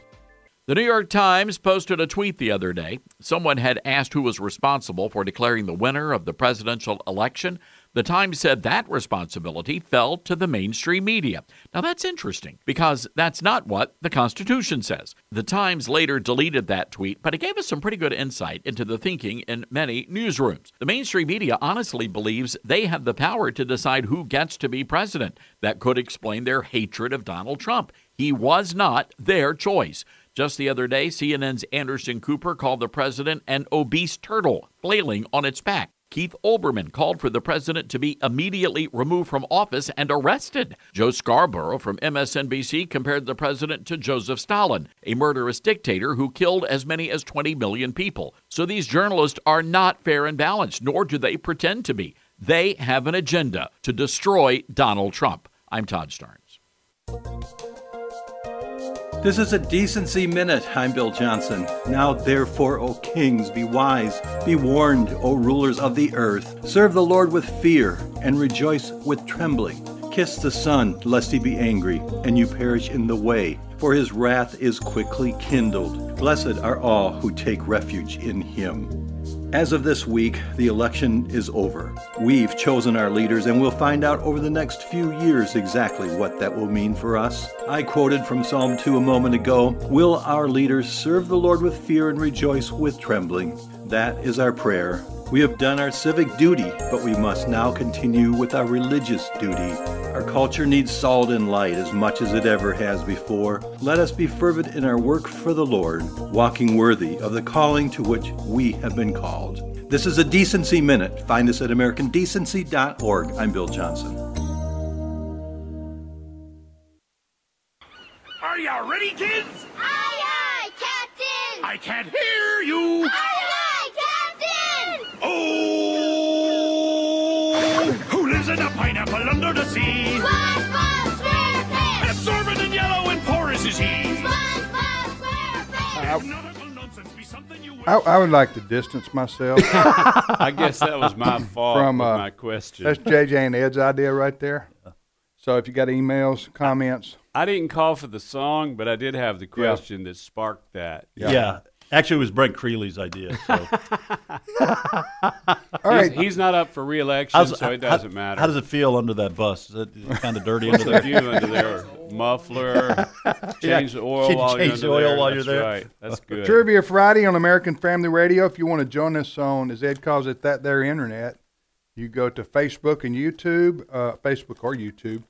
Speaker 13: The New York Times posted a tweet the other day. Someone had asked who was responsible for declaring the winner of the presidential election. The Times said that responsibility fell to the mainstream media. Now that's interesting because that's not what the Constitution says. The Times later deleted that tweet, but it gave us some pretty good insight into the thinking in many newsrooms. The mainstream media honestly believes they have the power to decide who gets to be president. That could explain their hatred of Donald Trump. He was not their choice. Just the other day, CNN's Anderson Cooper called the president an obese turtle flailing on its back. Keith Olbermann called for the president to be immediately removed from office and arrested. Joe Scarborough from MSNBC compared the president to Joseph Stalin, a murderous dictator who killed as many as 20 million people. So these journalists are not fair and balanced, nor do they pretend to be. They have an agenda to destroy Donald Trump. I'm Todd Starnes.
Speaker 14: This is a decency minute. I'm Bill Johnson. Now, therefore, O kings, be wise, be warned, O rulers of the earth. Serve the Lord with fear and rejoice with trembling. Kiss the Son, lest he be angry, and you perish in the way, for his wrath is quickly kindled. Blessed are all who take refuge in him. As of this week, the election is over. We've chosen our leaders, and we'll find out over the next few years exactly what that will mean for us. I quoted from Psalm 2 a moment ago Will our leaders serve the Lord with fear and rejoice with trembling? That is our prayer. We have done our civic duty, but we must now continue with our religious duty. Our culture needs salt and light as much as it ever has before. Let us be fervent in our work for the Lord, walking worthy of the calling to which we have been called. This is a Decency Minute. Find us at AmericanDecency.org. I'm Bill Johnson.
Speaker 3: Are y'all ready, kids?
Speaker 15: Aye, aye, Captain!
Speaker 3: I can't hear you!
Speaker 15: Aye, aye, Captain!
Speaker 3: Oh! Who lives in a pineapple under the sea?
Speaker 15: SpongeBob SquarePants!
Speaker 3: Absorbent and yellow and porous is he.
Speaker 15: SpongeBob SquarePants!
Speaker 6: I, I would like to distance myself. uh,
Speaker 4: I guess that was my fault with my question.
Speaker 6: That's JJ and Ed's idea right there. So if you got emails, comments,
Speaker 4: I didn't call for the song, but I did have the question that sparked that.
Speaker 5: Yeah. Actually, it was Brent Creeley's idea. So.
Speaker 4: All right. He's, he's not up for reelection,
Speaker 5: How's-
Speaker 4: so it
Speaker 5: how-
Speaker 4: doesn't matter.
Speaker 5: How does it feel under that bus? Is it, is it kind of dirty
Speaker 4: What's
Speaker 5: under there?
Speaker 4: the view under there? Muffler. Change the oil
Speaker 5: Yeah,
Speaker 4: while you're
Speaker 5: change
Speaker 4: under
Speaker 5: the oil
Speaker 4: there.
Speaker 5: while you're
Speaker 4: That's
Speaker 5: there.
Speaker 4: right. That's good.
Speaker 6: Trivia Friday on American Family Radio. If you want to join us on, as Ed calls it, that there internet, you go to Facebook and YouTube, uh, Facebook or YouTube.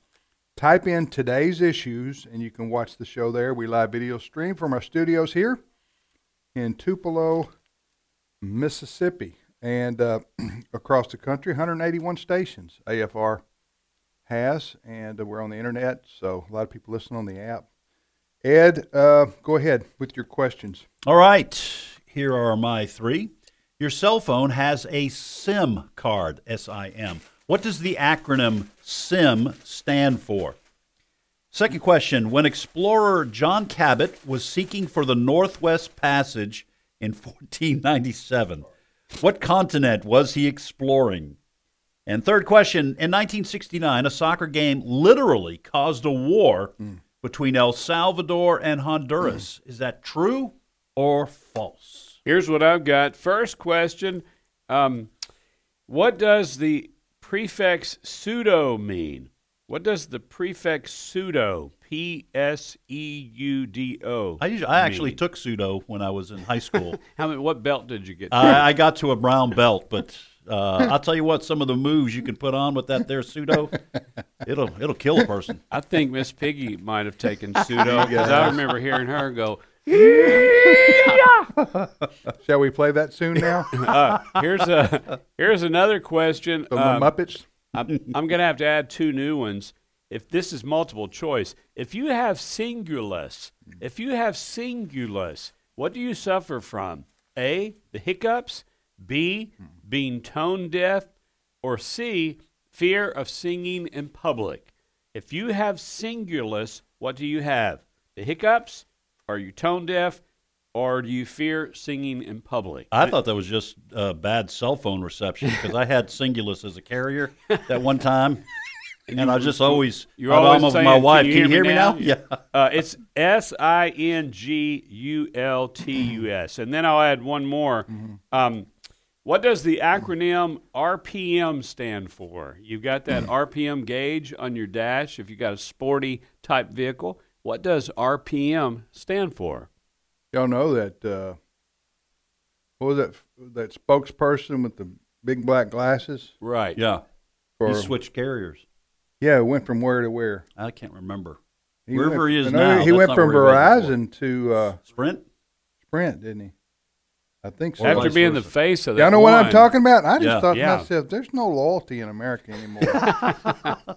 Speaker 6: Type in today's issues, and you can watch the show there. We live video stream from our studios here in Tupelo, Mississippi, and uh, across the country. 181 stations AFR has, and uh, we're on the internet, so a lot of people listen on the app. Ed, uh, go ahead with your questions.
Speaker 5: All right. Here are my three. Your cell phone has a SIM card, S I M. What does the acronym SIM stand for? Second question When explorer John Cabot was seeking for the Northwest Passage in 1497, what continent was he exploring? And third question In 1969, a soccer game literally caused a war
Speaker 4: Mm.
Speaker 5: between El Salvador and Honduras. Is that true or false?
Speaker 4: Here's what I've got. First question um, What does the prefix pseudo mean? What does the prefix pseudo, P S E U D O?
Speaker 5: I, usually, I actually took pseudo when I was in high school.
Speaker 4: How many, what belt did you get?
Speaker 5: I, I got to a brown belt, but uh, I'll tell you what, some of the moves you can put on with that there pseudo, it'll it'll kill a person.
Speaker 4: I think Miss Piggy might have taken pseudo because I remember hearing her go.
Speaker 6: Shall we play that soon now?
Speaker 4: Uh, here's a here's another question.
Speaker 6: The
Speaker 4: um,
Speaker 6: Little Muppets?
Speaker 4: I'm, I'm going to have to add two new ones. If this is multiple choice, if you have singulus, if you have singulus, What do you suffer from? A, the hiccups, B, being tone deaf, or C, fear of singing in public. If you have singulus, what do you have? The hiccups? Are you tone deaf? Or do you fear singing in public?
Speaker 5: I thought that was just uh, bad cell phone reception because I had Singulus as a carrier at one time, and, I
Speaker 4: you-
Speaker 5: just always
Speaker 4: you're
Speaker 5: I'd
Speaker 4: always
Speaker 5: almost
Speaker 4: saying,
Speaker 5: my wife.
Speaker 4: Can you hear, me now?
Speaker 5: Yeah.
Speaker 4: Uh, it's S I N G U L T U S, and then I'll add one more.
Speaker 5: Mm-hmm.
Speaker 4: Um, what does the acronym RPM stand for? You've got that RPM gauge on your dash. If you got a sporty type vehicle, what does RPM stand for?
Speaker 6: Y'all know that uh, what was that that spokesperson with the big black glasses?
Speaker 4: Right.
Speaker 5: Yeah.
Speaker 6: For-
Speaker 5: he switched carriers.
Speaker 6: Yeah, it went from where to where?
Speaker 5: I can't remember.
Speaker 6: He
Speaker 5: Wherever
Speaker 6: went,
Speaker 5: he is
Speaker 6: I know
Speaker 5: now,
Speaker 6: He
Speaker 5: that's
Speaker 6: went
Speaker 5: not
Speaker 6: from
Speaker 5: where he was
Speaker 6: Verizon to uh,
Speaker 5: Sprint.
Speaker 6: Sprint, didn't he? I think so.
Speaker 4: After being the face of that,
Speaker 6: Y'all know what I'm
Speaker 4: one-
Speaker 6: talking about? I just thought
Speaker 4: Yeah.
Speaker 6: to myself, there's no loyalty in America anymore.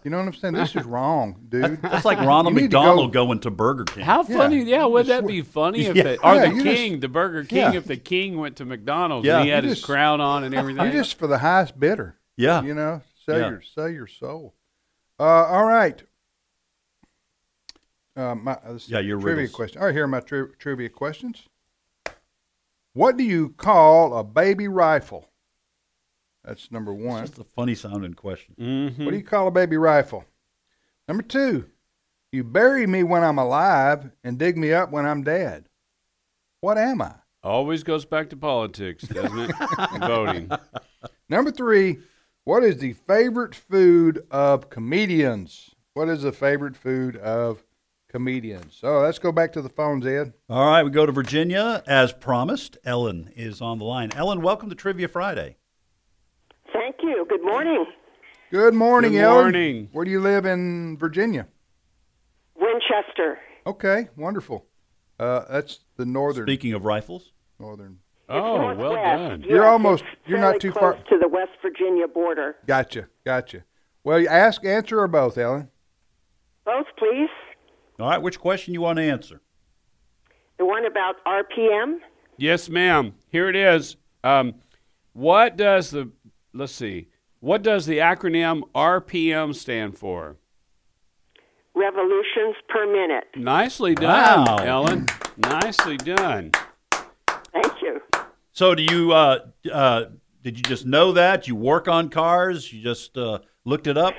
Speaker 6: you know what I'm saying? This is wrong, dude.
Speaker 5: That's like Ronald
Speaker 6: You need to
Speaker 5: McDonald
Speaker 6: go-
Speaker 5: going to Burger King.
Speaker 4: How funny! Yeah, would that be funny if
Speaker 5: Yeah.
Speaker 4: the or
Speaker 5: Yeah,
Speaker 4: the
Speaker 5: you
Speaker 4: king,
Speaker 5: just-
Speaker 4: the Burger King,
Speaker 6: Oh, yeah.
Speaker 4: if the king went to McDonald's
Speaker 5: Yeah.
Speaker 4: and he had
Speaker 5: You
Speaker 4: his
Speaker 5: just-
Speaker 4: crown on and everything?
Speaker 6: You're just for the highest bidder.
Speaker 5: Yeah.
Speaker 6: You know, sell
Speaker 5: Yeah.
Speaker 6: your sell your soul. Uh, all right. Uh, my, uh, this is
Speaker 5: Yeah,
Speaker 6: a
Speaker 5: your
Speaker 6: trivia
Speaker 5: riddles.
Speaker 6: question. All right, here are my tri- trivia questions. What do you call a baby rifle? That's number one.
Speaker 5: That's a funny sounding question.
Speaker 6: What do you call a baby rifle? Number two, you bury me when I'm alive and dig me up when I'm dead. What am I?
Speaker 4: Always goes back to politics, doesn't it? And Voting.
Speaker 6: Number three, what is the favorite food of comedians? What is the favorite food of comedians? So let's go back to the phones, Ed.
Speaker 5: All right, we go to Virginia as promised. Ellen is on the line. Ellen, welcome to Trivia Friday.
Speaker 16: Thank you. Good morning.
Speaker 6: Good morning,
Speaker 5: Good
Speaker 6: Ellen.
Speaker 5: morning.
Speaker 6: Where do you live in Virginia?
Speaker 16: Winchester.
Speaker 6: Okay, wonderful. Uh, that's the northern.
Speaker 5: Speaking of rifles,
Speaker 6: northern.
Speaker 4: Oh, well done.
Speaker 6: You're almost. You're
Speaker 16: fairly
Speaker 6: not too
Speaker 16: close
Speaker 6: far.
Speaker 16: to the West Virginia border.
Speaker 6: Gotcha. Gotcha. Well, you ask, answer, or both, Ellen.
Speaker 16: Both, please.
Speaker 5: All right, which question you want to answer?
Speaker 16: The one about RPM.
Speaker 4: Yes, ma'am. Here it is. Um, what does the let's see? What does the acronym RPM stand for?
Speaker 16: Revolutions per minute.
Speaker 4: Nicely done,
Speaker 5: Wow.
Speaker 4: Ellen. Nicely done.
Speaker 16: Thank you.
Speaker 5: So, do you uh, uh, did you just know that you work on cars? You just uh, looked it up.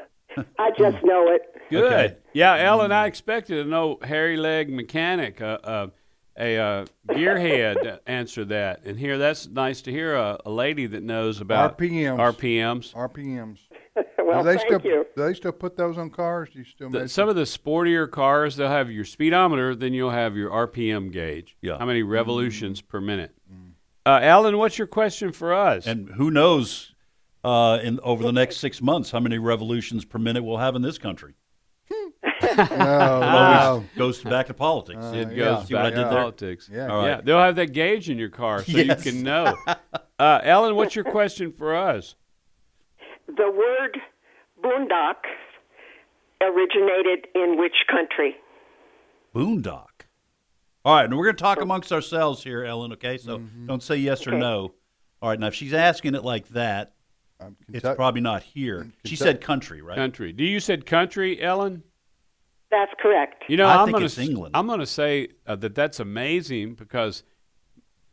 Speaker 16: I just know it.
Speaker 4: Good.
Speaker 5: Okay.
Speaker 4: Yeah, Ellen. I expected an old hairy leg mechanic, uh, uh, a uh, gearhead, to answer that. And here, that's nice to hear a, a lady that knows about
Speaker 6: RPMs.
Speaker 4: RPMs.
Speaker 6: RPMs.
Speaker 16: well,
Speaker 6: do they
Speaker 16: thank
Speaker 6: still,
Speaker 16: you.
Speaker 6: Do they still put those on cars? Do you still?
Speaker 4: The-
Speaker 6: measure-
Speaker 4: some of the sportier cars, they'll have your speedometer, then you'll have your RPM gauge.
Speaker 5: Yeah. Mm.
Speaker 4: How many revolutions per minute? Uh, Alan, what's your question for us?
Speaker 5: And who knows uh, in over the next six months how many revolutions per minute we'll have in this country?
Speaker 6: Oh,
Speaker 5: It
Speaker 6: wow.
Speaker 5: always goes back to politics.
Speaker 4: it goes
Speaker 5: Uh, yeah. See what I
Speaker 4: back
Speaker 5: did
Speaker 4: to
Speaker 5: there?
Speaker 4: politics.
Speaker 5: Yeah. All right.
Speaker 4: Uh, yeah, they'll have that gauge in your car so
Speaker 5: Yes.
Speaker 4: you can know. Uh, Alan, what's your question for us?
Speaker 16: The word boondock originated in which country?
Speaker 5: Boondock. All right, and we're going to talk amongst ourselves here, Ellen. Okay, so don't say yes or
Speaker 16: Okay.
Speaker 5: no. All right, now if she's asking it like that, it's probably not here. She said country, right?
Speaker 4: Country. Do you said country, Ellen?
Speaker 16: That's correct.
Speaker 4: You know,
Speaker 5: I
Speaker 4: am
Speaker 5: think
Speaker 4: gonna,
Speaker 5: it's
Speaker 4: s-
Speaker 5: England.
Speaker 4: I'm going to say uh, that that's amazing because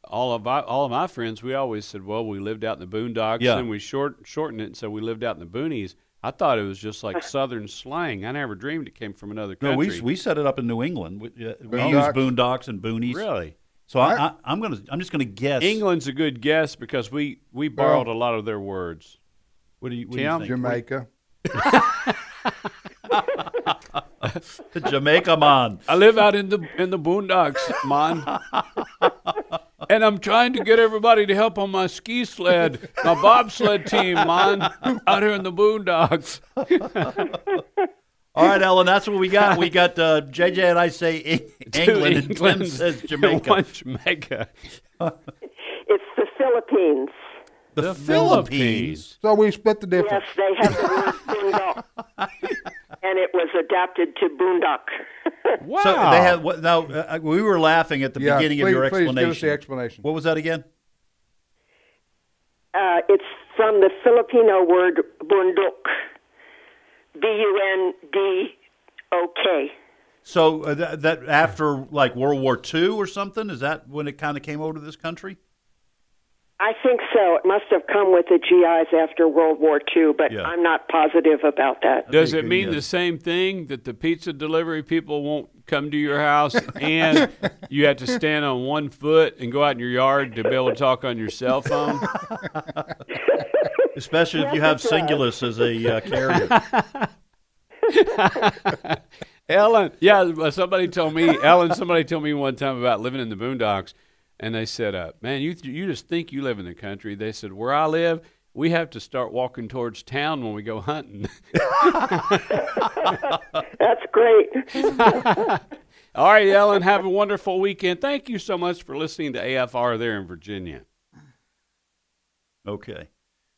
Speaker 4: all of our, all of my friends, we always said, "Well, we lived out in the boondocks,"
Speaker 5: Yeah.
Speaker 4: and we short shortened it, and so we lived out in the boonies. I thought it was just like Southern slang. I never dreamed it came from another
Speaker 5: No,
Speaker 4: country.
Speaker 5: we, we set it up in New England. We, uh, we use
Speaker 4: Boondocks.
Speaker 5: boondocks and boonies.
Speaker 4: Really?
Speaker 5: So I, I, I'm gonna I'm just gonna guess.
Speaker 4: England's a good guess because we we borrowed a lot of their words.
Speaker 5: What do you, what do you
Speaker 4: Tim?
Speaker 5: think?
Speaker 6: Jamaica.
Speaker 5: The Jamaica man.
Speaker 4: I live out in the in the boondocks, man. And I'm trying to get everybody to help on my ski sled, my bobsled team, man, out here in the boondocks.
Speaker 5: All right, Ellen, that's what we got. We got uh, JJ and I say Eng-
Speaker 4: Two
Speaker 5: England, and Tim
Speaker 4: Englands
Speaker 5: says
Speaker 4: and
Speaker 5: Jamaica.
Speaker 4: one Jamaica.
Speaker 16: It's the Philippines.
Speaker 5: The,
Speaker 4: Philippines.
Speaker 6: So we split the difference.
Speaker 16: Yes, they have the word boondock. and it was adapted to Boondock.
Speaker 5: Wow. So they have what now? Uh, we were laughing at the
Speaker 6: Yeah,
Speaker 5: beginning of
Speaker 6: please-
Speaker 5: your
Speaker 6: please give
Speaker 5: explanation.
Speaker 6: us the explanation.
Speaker 5: What was that again?
Speaker 16: Uh, it's from the Filipino word bundok, B U N D O K.
Speaker 5: So uh, that, that after like World War II or something, is that when it kind of came over to this country?
Speaker 16: I think so. It must have come with the GIs after World War II, but
Speaker 4: Yeah.
Speaker 16: I'm not positive about that.
Speaker 4: Does it mean the same thing that the pizza delivery people won't come to your house and you have to stand on one foot and go out in your yard to be able to talk on your cell phone?
Speaker 5: Especially if you have Singulus as a uh, carrier.
Speaker 4: Ellen, yeah, well, somebody told me, Ellen, somebody told me one time about living in the boondocks, and they said, uh, "Man, you you just think you live in the country." They said, "Where I live, we have to start walking towards town when we go hunting."
Speaker 16: That's great.
Speaker 4: All right, Ellen, have a wonderful weekend. Thank you so much for listening to AFR there in Virginia.
Speaker 5: Okay.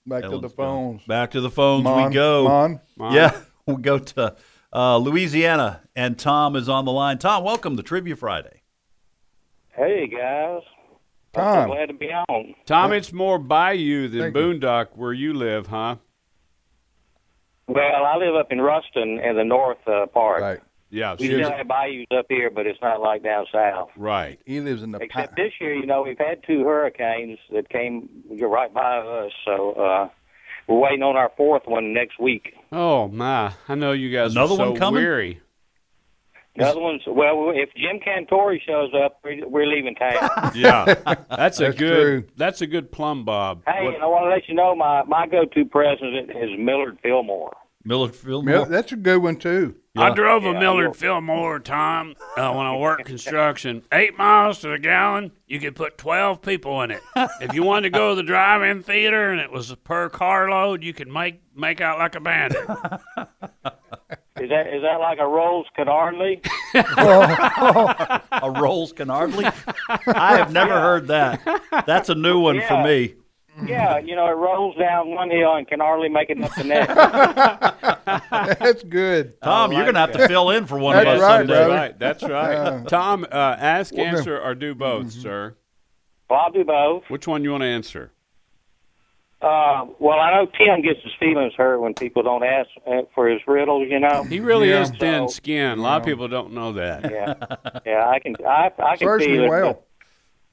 Speaker 6: Back to the
Speaker 5: Ellen's
Speaker 6: phones.
Speaker 5: Back to the phones
Speaker 6: Mon,
Speaker 5: we go.
Speaker 6: Mon. Mon.
Speaker 5: Yeah, we go to uh, Louisiana, and Tom is on the line. Tom, welcome to Trivia Friday.
Speaker 17: Hey guys, I'm
Speaker 4: Tom.
Speaker 17: so glad to be on.
Speaker 4: Tom, it's more Bayou than Boondock where you live, huh?
Speaker 17: Well, I live up in Ruston in the north uh, part. Right.
Speaker 4: Yeah,
Speaker 17: we
Speaker 4: sure.
Speaker 17: still have bayous up here, but it's not like down south.
Speaker 4: Right.
Speaker 6: He lives in the.
Speaker 17: Except this year, you know, we've had two hurricanes that came right by us, so uh, we're waiting on our fourth one next week.
Speaker 4: Oh my! I know you guys
Speaker 17: Another
Speaker 4: are so
Speaker 17: one coming?
Speaker 4: weary.
Speaker 17: The other one's well, if Jim Cantori shows up, we- we're leaving town.
Speaker 4: Yeah, that's a
Speaker 17: That's
Speaker 4: good.
Speaker 17: true.
Speaker 4: That's a good plumb bob.
Speaker 17: Hey,
Speaker 4: What-
Speaker 17: and I want to let you know my, my go to president is Millard Fillmore.
Speaker 5: Millard
Speaker 6: Yeah, that's a good one too.
Speaker 3: I drove a
Speaker 6: Yeah,
Speaker 3: Millard Fillmore time uh, when I worked construction. Eight miles to the gallon, you could put 12 people in it. If you wanted to go to the drive in theater and it was per carload, you could make, make out like a bandit.
Speaker 17: Is that is that like a Rolls Canardly?
Speaker 6: Oh.
Speaker 5: a Rolls Canardly? I have never heard that. That's a new one for
Speaker 17: Yeah.
Speaker 5: me.
Speaker 17: Yeah, you know, it rolls down one hill and can hardly make it up the next.
Speaker 6: That's good.
Speaker 4: Oh,
Speaker 5: Tom, you're going to have to fill in for one of us
Speaker 4: That's right,
Speaker 5: someday.
Speaker 4: That's right.
Speaker 5: Yeah.
Speaker 4: Tom, uh, ask,
Speaker 5: Well, no.
Speaker 4: answer, or do both, sir.
Speaker 17: Well, I'll do both.
Speaker 4: Which one you want to answer?
Speaker 17: uh, well, I know Tim gets his feelings hurt when people don't ask uh, for his riddles. You know,
Speaker 4: He really is
Speaker 17: So,
Speaker 4: thin skinned. A lot of people don't know that.
Speaker 17: Yeah. yeah, I can, I, I can
Speaker 4: Serves me
Speaker 17: feel it.
Speaker 4: well.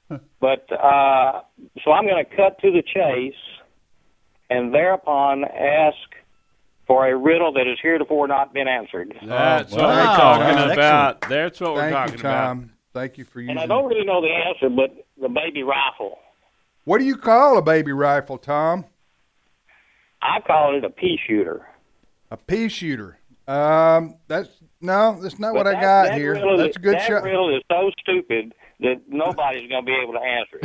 Speaker 17: But, but uh, so I'm going to cut to the chase, and thereupon ask for a riddle that has heretofore not been answered.
Speaker 4: That's
Speaker 6: Oh,
Speaker 4: what we're talking about. That's what we're
Speaker 6: Thank
Speaker 4: talking
Speaker 6: you,
Speaker 4: about.
Speaker 6: Tom. Thank you for using.
Speaker 17: And I don't really know the answer, but the baby rifle.
Speaker 6: What do you call a baby rifle, Tom?
Speaker 17: I call it a pea shooter.
Speaker 6: A pea shooter. Um, that's no, that's not what
Speaker 17: But that-
Speaker 6: I got
Speaker 17: that
Speaker 6: here.
Speaker 17: riddle-
Speaker 6: that's a good
Speaker 17: that
Speaker 6: shot.
Speaker 17: riddle is so stupid that nobody's going to be able to answer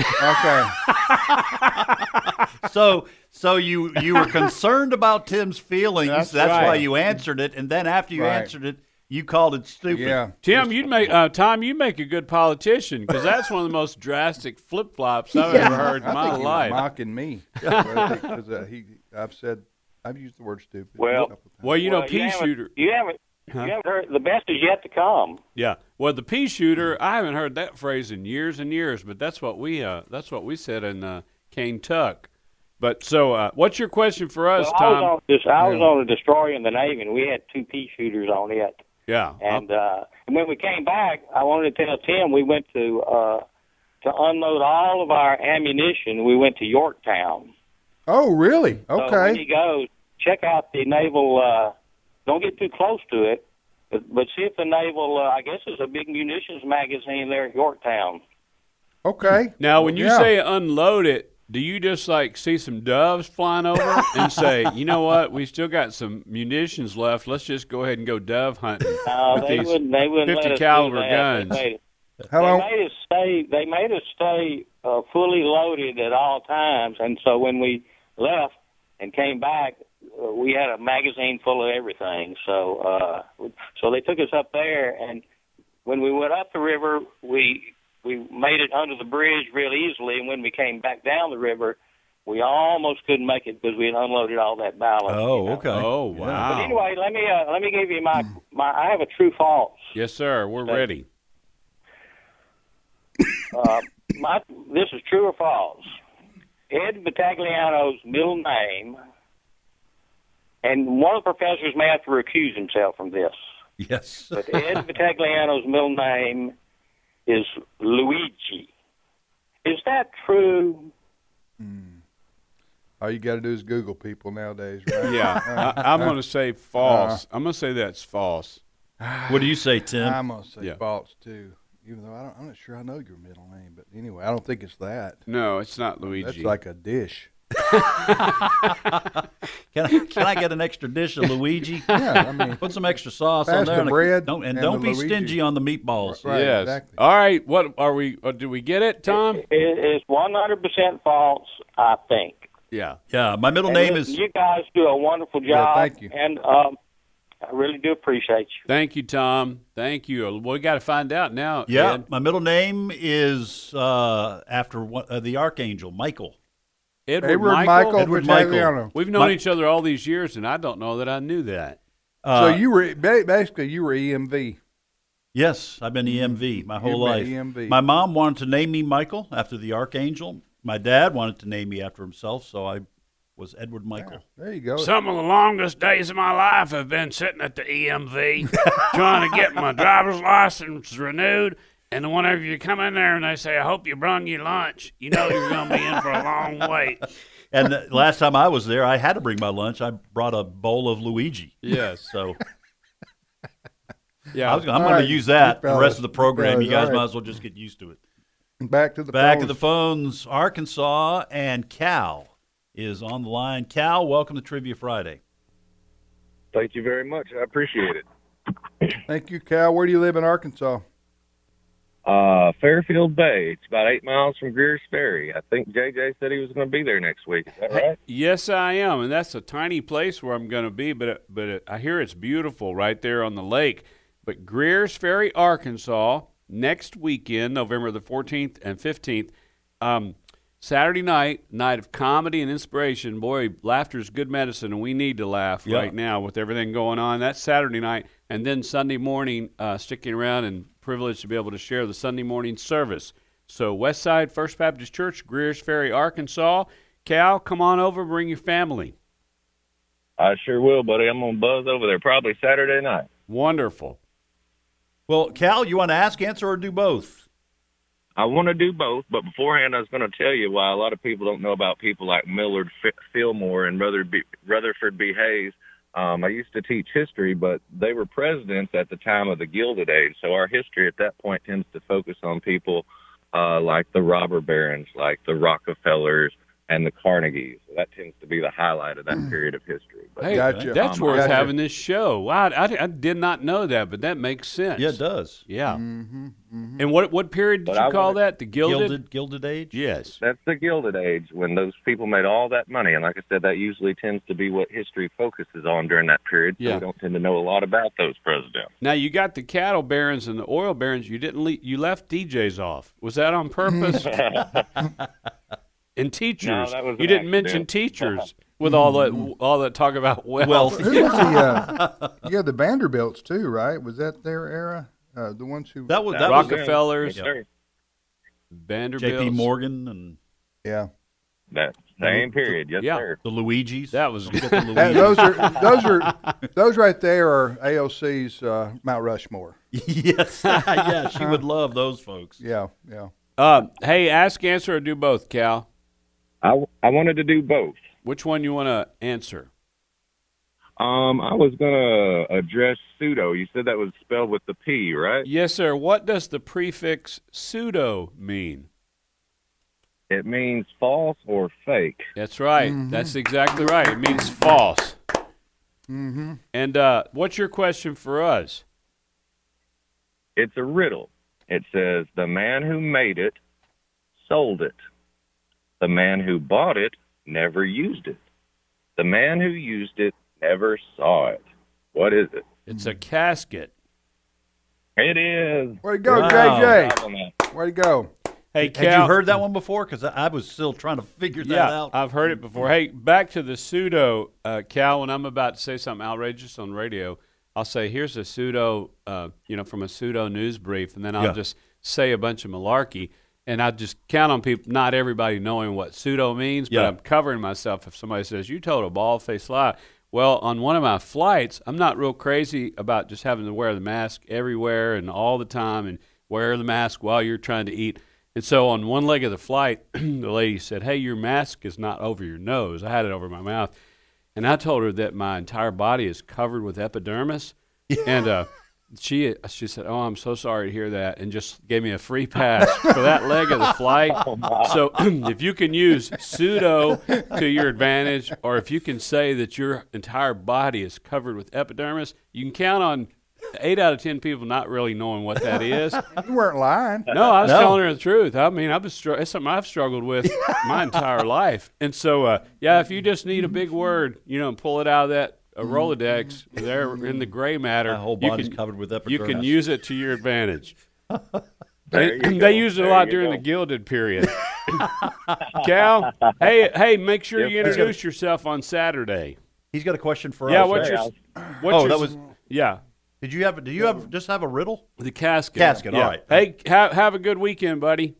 Speaker 17: it.
Speaker 6: Okay.
Speaker 5: So, so you you were concerned about Tim's feelings. That's,
Speaker 4: That's right.
Speaker 5: why you answered it, and then after you
Speaker 4: Right.
Speaker 5: answered it, you called it stupid.
Speaker 4: Tim, you'd make uh, Tom. You make a good politician because that's one of the most drastic flip flops I've ever heard in
Speaker 6: I
Speaker 4: my
Speaker 6: think he
Speaker 4: life.
Speaker 6: Was mocking me. Because uh, he, I've said, I've used the word stupid.
Speaker 4: Well- well, you know, pea
Speaker 17: haven't-
Speaker 4: shooter-
Speaker 17: You haven't.
Speaker 4: Huh?
Speaker 17: You haven't heard. The best is yet to come.
Speaker 4: Yeah. Well, the pea shooter. I haven't heard that phrase in years and years, but that's what we uh, that's what we said in uh, Cane Tuck. But so, uh, what's your question for us,
Speaker 17: Well, I
Speaker 4: Tom?
Speaker 17: was on this. I was on a destroyer in the Navy, and we had two pea shooters on it.
Speaker 4: yeah.
Speaker 17: And uh, and when we came back, I wanted to tell Tim we went to uh, to unload all of our ammunition. We went to Yorktown.
Speaker 6: Oh, really?
Speaker 17: So when
Speaker 6: Okay.
Speaker 17: he goes, check out the naval. Uh, don't get too close to it, but, but see if the naval. Uh, I guess there's a big munitions magazine there at Yorktown.
Speaker 6: okay.
Speaker 4: Now, when you
Speaker 6: Yeah.
Speaker 4: say unload it, do you just like see some doves flying over and say, you know what, we still got some munitions left. Let's just go ahead and go dove hunting
Speaker 17: No,
Speaker 4: with
Speaker 17: they
Speaker 4: these
Speaker 17: wouldn't. They wouldn't let
Speaker 4: fifty
Speaker 17: us
Speaker 4: caliber
Speaker 17: do that.
Speaker 4: guns.
Speaker 17: They made, us- they made us stay. They made us stay uh, fully loaded at all times, and so when we left and came back, uh, we had a magazine full of everything. So, uh, so they took us up there, and when we went up the river, we we made it under the bridge real easily, and when we came back down the river. We almost couldn't make it because we had unloaded all that ballast.
Speaker 5: Oh, okay. Oh,
Speaker 17: But anyway, let me uh, let me give you my my. I have a true false.
Speaker 4: Yes, sir. We're ready.
Speaker 17: Uh, my this is true or false. Ed Battagliano's middle name, and one of the professors may have to recuse himself from this.
Speaker 5: Yes.
Speaker 17: But Ed Battagliano's middle name is Luigi. Is that true?
Speaker 6: All you got to do is Google people nowadays, right? Uh,
Speaker 4: Yeah, I, I'm going to say false. I'm going to say that's false.
Speaker 5: What do you say, Tim?
Speaker 6: Uh-huh. I'm gonna say
Speaker 4: Yeah.
Speaker 6: false too, even though I don't, I'm not sure I know your middle name. But anyway, I don't think it's that.
Speaker 4: No, it's not Luigi.
Speaker 6: That's like a dish.
Speaker 5: Can I, can I get an extra dish of Luigi?
Speaker 6: Yeah, I mean,
Speaker 5: put some extra sauce on
Speaker 6: pass
Speaker 5: there.
Speaker 6: the
Speaker 5: and a-
Speaker 6: bread
Speaker 5: don't, and,
Speaker 6: and
Speaker 5: don't
Speaker 6: the
Speaker 5: be
Speaker 6: Luigi.
Speaker 5: stingy on the meatballs.
Speaker 4: yes. All right. What are we? Uh, do we get it, Tom?
Speaker 17: It is 100% false, I think.
Speaker 4: Yeah.
Speaker 5: Yeah. My middle
Speaker 17: And
Speaker 5: name
Speaker 17: listen,
Speaker 5: is.
Speaker 17: You guys do a wonderful job.
Speaker 4: Yeah, thank you.
Speaker 17: And um, I really do appreciate you.
Speaker 4: Thank you, Tom. Thank you. Uh, We got to find out now.
Speaker 5: Yeah.
Speaker 4: Ed.
Speaker 5: My middle name is uh, after one, uh, the archangel Michael.
Speaker 4: Edward,
Speaker 5: Edward
Speaker 4: Michael.
Speaker 5: Michael Edward Battagliano. Michael.
Speaker 4: We've known
Speaker 5: Mi-
Speaker 4: each other all these years, and I don't know that I knew that.
Speaker 5: Uh,
Speaker 6: so you were ba- basically you were E EMV.
Speaker 5: Yes, I've been EMV my
Speaker 6: Mm-hmm. You've
Speaker 5: whole
Speaker 6: been E
Speaker 5: life.
Speaker 6: EMV.
Speaker 5: My mom wanted to name me Michael after the archangel. My dad wanted to name me after himself, so I was Edward Michael.
Speaker 6: There you go.
Speaker 3: Some of the longest days of my life have been sitting at the EMV trying to get my driver's license renewed. And whenever you come in there and they say, I hope you brung you lunch, you know you're going to be in for a long wait.
Speaker 5: And the last time I was there, I had to bring my lunch. I brought a bowl of Luigi.
Speaker 4: Yes.
Speaker 5: So.
Speaker 4: Yeah.
Speaker 5: I was, I'm
Speaker 6: All
Speaker 5: going
Speaker 6: right,
Speaker 5: to use that
Speaker 6: you
Speaker 5: the rest
Speaker 6: fellas,
Speaker 5: of the program.
Speaker 6: you
Speaker 5: You
Speaker 6: fellas,
Speaker 5: guys
Speaker 6: all
Speaker 5: might
Speaker 6: right.
Speaker 5: as well just get used to it.
Speaker 6: Back to the
Speaker 5: Back
Speaker 6: phones.
Speaker 5: of the phones, Arkansas and Cal is on the line. Cal, welcome to Trivia Friday.
Speaker 18: Thank you very much. I appreciate it.
Speaker 6: Thank you, Cal. Where do you live in Arkansas?
Speaker 18: Uh, Fairfield Bay. It's about eight miles from Greer's Ferry. I think JJ said he was going to be there next week. Is that right?
Speaker 4: Yes, I am, and that's a tiny place where I'm going to be. But it, but it, I hear it's beautiful right there on the lake. But Greer's Ferry, Arkansas, next weekend, November the 14th and 15th, um, Saturday night, night of comedy and inspiration. Boy, laughter's good medicine, and we need to laugh
Speaker 5: Yeah.
Speaker 4: right now with everything going on. That's Saturday night, and then Sunday morning, uh, sticking around and privileged to be able to share the Sunday morning service. So, Westside First Baptist Church, Greer's Ferry, Arkansas. Cal, come on over, bring your family.
Speaker 18: I sure will, buddy. I'm going to buzz over there probably Saturday night.
Speaker 4: Wonderful.
Speaker 5: Well, Cal, you want to ask, answer, or do both?
Speaker 18: I want to do both, but beforehand, I was going to tell you why a lot of people don't know about people like Millard F- Fillmore and Rutherford B. Rutherford B. Hayes. Um, I used to teach history, but they were presidents at the time of the Gilded Age. So our history at that point tends to focus on people uh, like the robber barons, like the Rockefellers, and the Carnegies. That tends to be the highlight of that period of history. But,
Speaker 4: Hey, that's worth having this show. Wow, I, I, I did not know that, but that makes sense.
Speaker 5: Yeah, it does.
Speaker 4: Yeah.
Speaker 6: Mm-hmm,
Speaker 4: And what what period
Speaker 18: But
Speaker 4: did you
Speaker 18: I
Speaker 4: call
Speaker 18: wanted-
Speaker 4: that? The Gilded?
Speaker 5: Gilded, Gilded Age?
Speaker 4: Yes.
Speaker 18: That's the Gilded Age when those people made all that money. And like I said, that usually tends to be what history focuses on during that period. So
Speaker 4: Yeah.
Speaker 18: we don't tend to know a lot about those presidents.
Speaker 4: Now you got the cattle barons and the oil barons. You didn't. Le- you left DJs off. Was that on purpose? and teachers.
Speaker 18: No, that was
Speaker 4: you
Speaker 18: an
Speaker 4: didn't mention
Speaker 18: accident.
Speaker 4: teachers with all that all that talk about wealth.
Speaker 6: Mm-hmm. Who was the, uh, you had the Vanderbilts too, right? Was that their era? Uh, the ones who
Speaker 5: That was- that was their- Rockefellers, Yes, sir.
Speaker 4: Vanderbilt,
Speaker 5: J.P. Morgan and
Speaker 6: yeah,
Speaker 18: that
Speaker 6: same period.
Speaker 18: Yes,
Speaker 5: sir. The Luigi's. That was good.
Speaker 6: That- those are those are those right there are AOC's uh, Mount Rushmore.
Speaker 5: yes, yeah. She would love those folks.
Speaker 6: Yeah, yeah.
Speaker 4: Uh, hey, ask, answer, or do both, Cal.
Speaker 18: I, I wanted to do both.
Speaker 4: Which one you want to answer?
Speaker 18: Um, I was going to address pseudo. You said that was spelled with the P, right?
Speaker 4: Yes, sir. What does the prefix pseudo mean?
Speaker 18: It means false or fake.
Speaker 4: That's right. That's exactly right. It means false.
Speaker 6: Mm-hmm.
Speaker 4: And uh, what's your question for us?
Speaker 18: It's a riddle. It says, The man who made it sold it. The man who bought it never used it. The man who used it never saw it. What is it?
Speaker 4: It's a casket.
Speaker 18: It is.
Speaker 6: Where'd it go,
Speaker 18: Wow.
Speaker 6: JJ? Where'd it go?
Speaker 4: Hey,
Speaker 5: had
Speaker 4: Cal-
Speaker 5: you heard that one before? Because I, I was still trying to figure that
Speaker 4: yeah,
Speaker 5: out.
Speaker 4: I've heard it before. Hey, back to the pseudo, uh, Cal. When I'm about to say something outrageous on radio, I'll say, "Here's a pseudo," uh, you know, from a pseudo news brief, and then I'll
Speaker 5: Yeah.
Speaker 4: just say a bunch of malarkey, and I just count on people, not everybody knowing what pseudo means, but
Speaker 5: Yeah.
Speaker 4: I'm covering myself if somebody says, "You told a bald faced lie." Well, on one of my flights, I'm not real crazy about just having to wear the mask everywhere and all the time, and wear the mask while you're trying to eat. And so on one leg of the flight, the lady said, Hey, your mask is not over your nose. I had it over my mouth. And I told her that my entire body is covered with epidermis. And uh, she she said, Oh, I'm so sorry to hear that. And just gave me a free pass for that leg of the flight.
Speaker 5: Oh, my.
Speaker 4: so if you can use pseudo to your advantage, or if you can say that your entire body is covered with epidermis, you can count on eight out of 10 people not really knowing what that is.
Speaker 6: You weren't lying.
Speaker 4: No, I was telling her the truth. I mean, I've been str- it's something I've struggled with my entire life, and so uh, yeah, if you just need a big word, you know, and pull it out of that uh
Speaker 5: Mm-hmm.
Speaker 4: Rolodex there in the gray matter,
Speaker 5: My whole
Speaker 4: you
Speaker 5: body's
Speaker 4: can-
Speaker 5: covered with
Speaker 4: You can
Speaker 5: epidermis.
Speaker 4: use it to your advantage.
Speaker 5: There
Speaker 4: They,
Speaker 5: you
Speaker 4: they
Speaker 5: go.
Speaker 4: used it a
Speaker 5: There
Speaker 4: lot
Speaker 5: you
Speaker 4: during
Speaker 5: go.
Speaker 4: the Gilded period. Cal, hey, hey, make sure
Speaker 5: Yes,
Speaker 4: you
Speaker 5: sir.
Speaker 4: introduce yourself on Saturday.
Speaker 5: He's got a question for
Speaker 4: yeah,
Speaker 5: us.
Speaker 4: what's your,
Speaker 5: right?
Speaker 4: what's
Speaker 5: oh,
Speaker 4: your,
Speaker 5: that was.
Speaker 4: yeah.
Speaker 5: Did you have? Do you have just have a riddle?
Speaker 4: The casket.
Speaker 5: Casket.
Speaker 4: Yeah.
Speaker 5: All right.
Speaker 4: Hey, have, have a good weekend, buddy.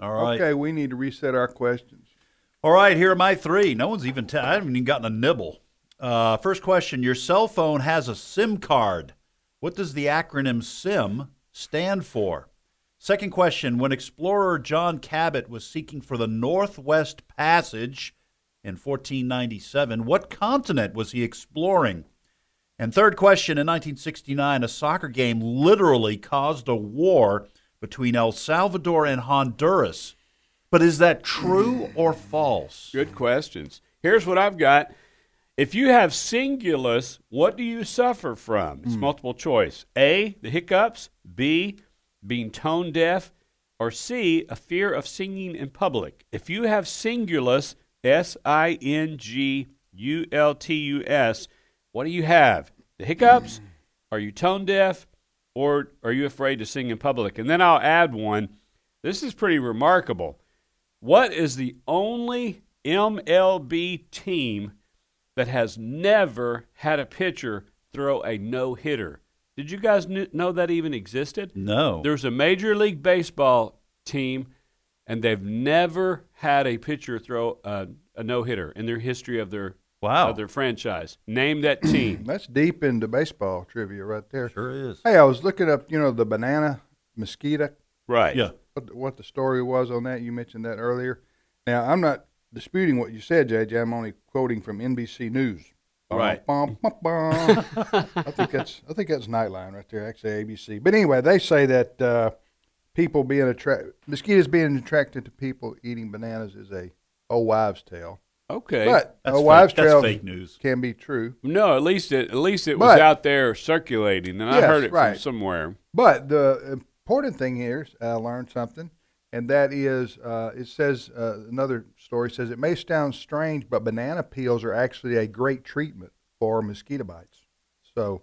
Speaker 5: All right.
Speaker 6: Okay, we need to reset our questions.
Speaker 5: All right, here are my three. No one's even. I I haven't even gotten a nibble. Uh, first question: Your cell phone has a SIM card. What does the acronym SIM stand for? Second question: When explorer John Cabot was seeking for the Northwest Passage in 1497, what continent was he exploring? And third question in 1969, a soccer game literally caused a war between El Salvador and Honduras. But is that true or false?
Speaker 4: Good questions. Here's what I've got. If you have singulus, what do you suffer from? It's multiple choice. A, the hiccups. B, being tone deaf. Or C, a fear of singing in public. If you have singulus, S I N G U L T U S, what do you have? The hiccups? Are you tone deaf? Or are you afraid to sing in public? And then I'll add one. This is pretty remarkable. What is the only MLB team that has never had a pitcher throw a no hitter? Did you guys kn- know that even existed?
Speaker 5: No.
Speaker 4: There's a Major League Baseball team, and they've never had a pitcher throw a, a no hitter in their history of their
Speaker 5: wow
Speaker 4: of their franchise. Name that team.
Speaker 6: That's deep into baseball trivia right there.
Speaker 5: Sure is.
Speaker 6: Hey, I was looking up, you know, the banana mosquito.
Speaker 4: Right.
Speaker 5: Yeah.
Speaker 6: What, the- what the story was on that? You mentioned that earlier. Now, I'm not disputing what you said, JJ. I'm only quoting from NBC News.
Speaker 4: Right.
Speaker 6: Bum, bum, bum, bum. I think that's I think that's Nightline right there. Actually, ABC. But anyway, they say that uh, people being attracted, mosquitoes being attracted to people eating bananas is a old wives' tale.
Speaker 4: Okay.
Speaker 6: But
Speaker 4: That's
Speaker 6: old wives'
Speaker 4: fake- that's
Speaker 6: tale
Speaker 4: fake news.
Speaker 6: can be true.
Speaker 4: No, at least it at least it was
Speaker 6: But-
Speaker 4: out there circulating, and I
Speaker 6: Yes,
Speaker 4: heard it
Speaker 6: right.
Speaker 4: from somewhere.
Speaker 6: But the important thing here is I learned something, and that is uh, it says uh, another story says it may sound strange, but banana peels are actually a great treatment for mosquito bites. So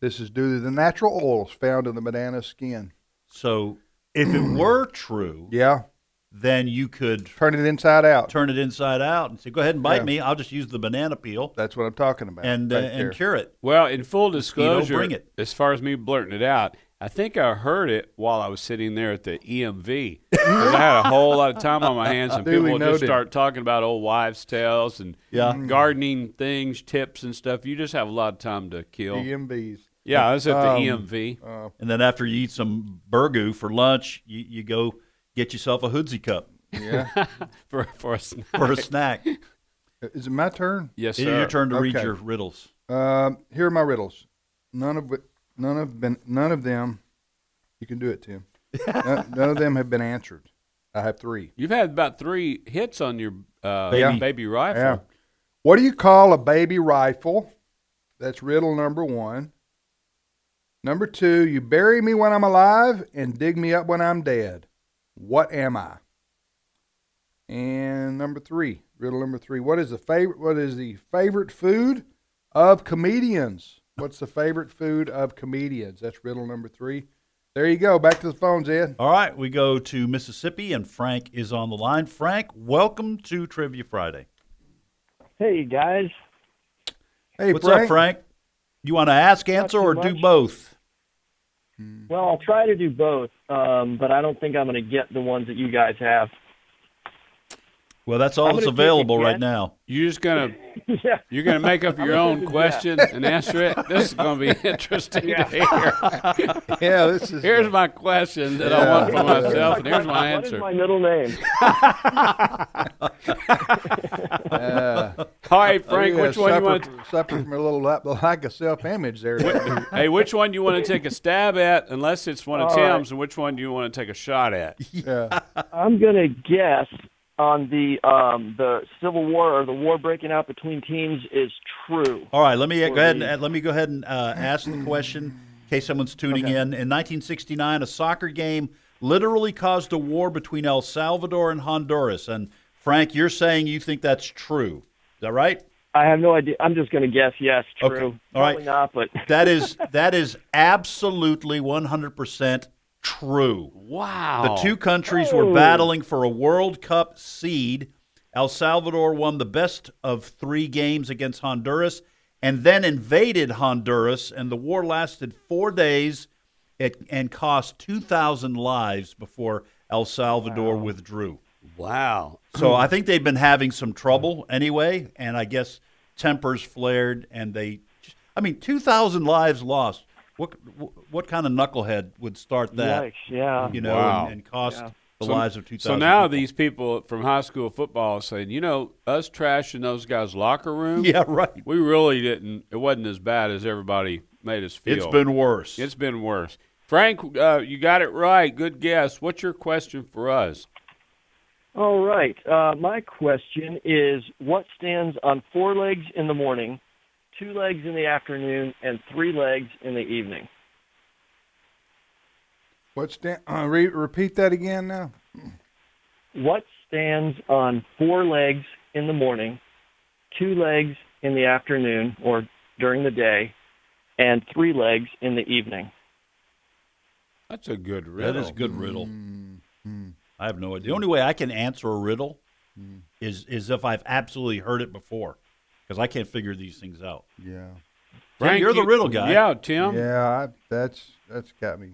Speaker 6: this is due to the natural oils found in the banana skin.
Speaker 5: So if it were true,
Speaker 6: yeah,
Speaker 5: then you could
Speaker 6: turn it inside out.
Speaker 5: Turn it inside out and say, "Go ahead and bite
Speaker 6: Yeah.
Speaker 5: me. I'll just use the banana peel."
Speaker 6: That's what I'm talking about.
Speaker 5: And
Speaker 4: right
Speaker 5: uh,
Speaker 4: there.
Speaker 5: and cure it.
Speaker 4: Well, in full
Speaker 5: Mosquito,
Speaker 4: disclosure,
Speaker 5: bring it.
Speaker 4: as far as me blurting it out, I think I heard it while I was sitting there at the EMV. 'Cause I had a whole lot of time on my hands, and
Speaker 6: Duly
Speaker 4: people would just
Speaker 6: noted.
Speaker 4: start talking about old wives' tales and
Speaker 6: Yeah.
Speaker 4: gardening things, tips, and stuff. You just have a lot of time to kill.
Speaker 6: EMVs.
Speaker 4: Yeah, I was at the
Speaker 5: E
Speaker 4: E
Speaker 5: Um,
Speaker 4: EMV.
Speaker 6: uh,
Speaker 5: And then after you eat some burgoo for lunch, you, you go get yourself a hoodsy cup.
Speaker 6: Yeah.
Speaker 4: for for a snack.
Speaker 5: For a snack.
Speaker 6: Is it my turn?
Speaker 4: Yes,
Speaker 5: It is your sir. turn to read
Speaker 6: Okay.
Speaker 5: your riddles.
Speaker 6: Um, here are my riddles. None of whi- none of been none of them. You can do it, Tim. none, none of them have been answered. I have three.
Speaker 4: You've had about three hits on your uh,
Speaker 6: Yeah.
Speaker 4: baby. rifle.
Speaker 6: Yeah. What do you call a baby rifle? That's riddle number one. Number two, you bury me when I'm alive and dig me up when I'm dead. What am I? And number three, riddle number three, what is the favorite? What is the favorite food of comedians? What's the favorite food of comedians? That's riddle number three. There you go. Back to the phones, Ed.
Speaker 5: All right, we go to Mississippi, and Frank is on the line. Frank, welcome to Trivia Friday.
Speaker 19: Hey guys.
Speaker 6: Hey,
Speaker 5: What's
Speaker 19: Frank.
Speaker 5: up, Frank? You want to ask, answer,
Speaker 19: too
Speaker 5: or do both?
Speaker 19: Mm-hmm. Well, I'll try to do both, um, but I don't think I'm going to get the ones that you guys have.
Speaker 5: Well, that's all
Speaker 19: I'm
Speaker 5: that's
Speaker 19: gonna take a
Speaker 5: available right
Speaker 19: guess.
Speaker 5: now.
Speaker 4: You're just gonna
Speaker 19: Yeah.
Speaker 4: you're gonna make up
Speaker 19: I'm
Speaker 4: your
Speaker 19: gonna
Speaker 4: own
Speaker 19: do that.
Speaker 4: question and answer it. This is gonna be interesting
Speaker 19: Yeah.
Speaker 4: to hear.
Speaker 6: yeah, this is.
Speaker 4: Here's my question that I want for myself, and here's my
Speaker 19: What is
Speaker 4: answer.
Speaker 19: my middle name?
Speaker 4: All right, Frank, which one you want?
Speaker 6: to Uh, suffer from a little lack, lack of self-image there?
Speaker 4: To, hey, which one you want to take a stab at? Unless it's one of
Speaker 19: All right.
Speaker 4: Tim's, and which one do you want to take a shot at?
Speaker 6: Yeah.
Speaker 19: I'm going to guess on the um, the Civil War or the war breaking out between teams is true.
Speaker 5: All right, let me go
Speaker 19: Or
Speaker 5: ahead
Speaker 19: the-
Speaker 5: and let me go ahead and uh, ask the question in case someone's tuning in. In 1969, a soccer game literally caused a war between El Salvador and Honduras. And Frank, you're saying you think that's true? Is that right?
Speaker 19: I have no idea. I'm just going to guess yes, true.
Speaker 5: Okay. All right.
Speaker 19: Probably not, but
Speaker 5: that is that is absolutely 100% true.
Speaker 4: Wow.
Speaker 5: The two countries
Speaker 4: Oh.
Speaker 5: were battling for a World Cup seed. El Salvador won the best of 3 games against Honduras and then invaded Honduras and the war lasted 4 days it, and cost 2,000 lives before El Salvador withdrew.
Speaker 4: Wow.
Speaker 5: So I think they've been having some trouble anyway, and I guess tempers flared, and they, I mean, two thousand lives lost. What what kind of knucklehead would start that?
Speaker 19: Yikes, yeah.
Speaker 5: you know,
Speaker 4: Wow.
Speaker 5: and, and cost
Speaker 19: Yeah.
Speaker 5: the
Speaker 4: So-
Speaker 5: lives of two
Speaker 4: So
Speaker 5: thousand.
Speaker 4: now these people from high school football are saying, you know, us trashing those guys' locker room.
Speaker 5: Yeah, right.
Speaker 4: We really didn't. It wasn't as bad as everybody made us feel.
Speaker 5: It's been worse.
Speaker 4: It's been worse. Frank, uh, you got it right. Good guess. What's your question for us?
Speaker 19: All right. Uh, my question is what stands on four legs in the morning, two legs in the afternoon, and three legs in the evening?
Speaker 6: What's da- uh, re- repeat that again now?
Speaker 19: What stands on four legs in the morning, two legs in the afternoon or during the day, and three legs in the evening?
Speaker 4: That's a good riddle.
Speaker 5: That is a good riddle.
Speaker 19: Mm-hmm.
Speaker 5: I have no idea. The only way I can answer a riddle
Speaker 19: Mm.
Speaker 5: is is if I've absolutely heard it before, because I can't figure these things out.
Speaker 6: Yeah,
Speaker 5: Frank, you're the
Speaker 4: you-
Speaker 5: riddle guy.
Speaker 4: Yeah, Tim.
Speaker 6: Yeah, I, that's that's got me.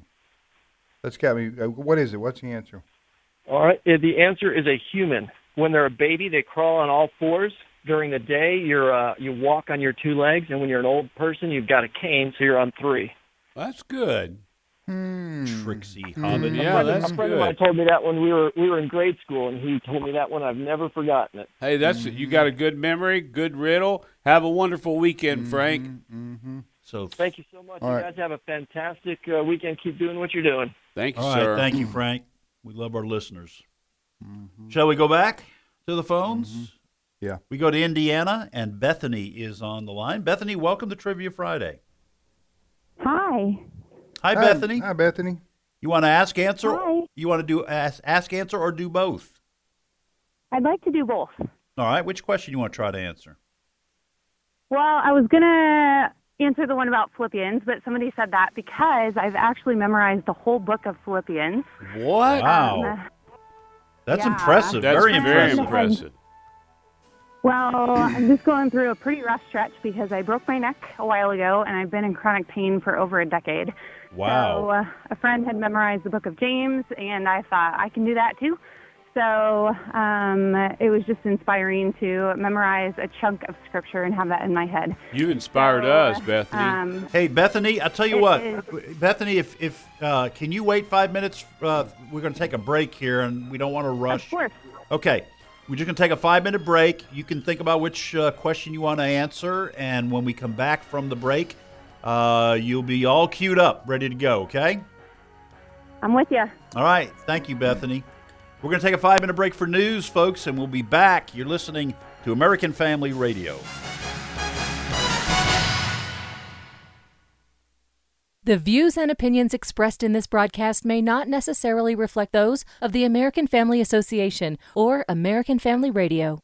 Speaker 6: That's got me. Uh, what is it? What's the answer?
Speaker 19: All right. Uh, The answer is a human. When they're a baby, they crawl on all fours. During the day, you're uh, you walk on your two legs, and when you're an old person, you've got a cane, so you're on three.
Speaker 4: That's good.
Speaker 5: Trixie
Speaker 19: Mm-hmm.
Speaker 5: Hobbit.
Speaker 19: Hmm. A friend of- a friend of mine told me that when we were we were in grade school, and he told me that one. I've never forgotten it.
Speaker 4: Hey, that's
Speaker 5: Mm-hmm.
Speaker 4: you got a good memory, good riddle. Have a wonderful weekend,
Speaker 5: Mm-hmm.
Speaker 4: Frank.
Speaker 5: So
Speaker 19: Thank you so much.
Speaker 4: All
Speaker 19: you
Speaker 4: right.
Speaker 19: guys have a fantastic uh, weekend. Keep doing what you're doing.
Speaker 4: Thank you,
Speaker 5: All right,
Speaker 4: sir.
Speaker 5: thank you, Frank. We love our listeners.
Speaker 19: Mm-hmm.
Speaker 5: Shall we go back to the phones?
Speaker 6: Yeah.
Speaker 5: We go to Indiana, and Bethany is on the line. Bethany, welcome to Trivia Friday.
Speaker 20: Hi.
Speaker 5: Hi, Bethany.
Speaker 6: Hi, Bethany.
Speaker 5: You want to ask, answer? You want to do ask, ask, answer, or do both?
Speaker 20: I'd like to do both.
Speaker 5: All right. Which question you want to try to answer?
Speaker 20: Well, I was going to answer the one about Philippians, but somebody said that because I've actually memorized the whole book of Philippians.
Speaker 4: What?
Speaker 20: Um,
Speaker 5: That's
Speaker 20: yeah.
Speaker 5: impressive.
Speaker 4: That's
Speaker 5: very
Speaker 4: very
Speaker 5: impressive.
Speaker 4: impressive.
Speaker 20: well, I'm just going through a pretty rough stretch because I broke my neck a while ago and I've been in chronic pain for over a decade. So
Speaker 5: Wow.
Speaker 20: uh, a friend had memorized the book of James, and I thought I can do that too. So um, it was just inspiring to memorize a chunk of scripture and have that in my head.
Speaker 4: You inspired us, Bethany.
Speaker 20: Um,
Speaker 5: Hey, Bethany, I'll tell you
Speaker 20: It
Speaker 5: what.
Speaker 20: is-
Speaker 5: Bethany, if, if uh, can you wait five minutes? Uh, we're going to take a break here, and we don't want to rush. Of
Speaker 20: course.
Speaker 5: Okay. We're just going to take a five minute break. You can think about which uh, question you want to answer, and when we come back from the break, uh, you'll be all queued up, ready to go, okay?
Speaker 20: I'm with you.
Speaker 5: All right. Thank you, Bethany. We're going to take a five minute break for news, folks, and we'll be back. You're listening to American Family Radio.
Speaker 21: The views and opinions expressed in this broadcast may not necessarily reflect those of the American Family Association or American Family Radio.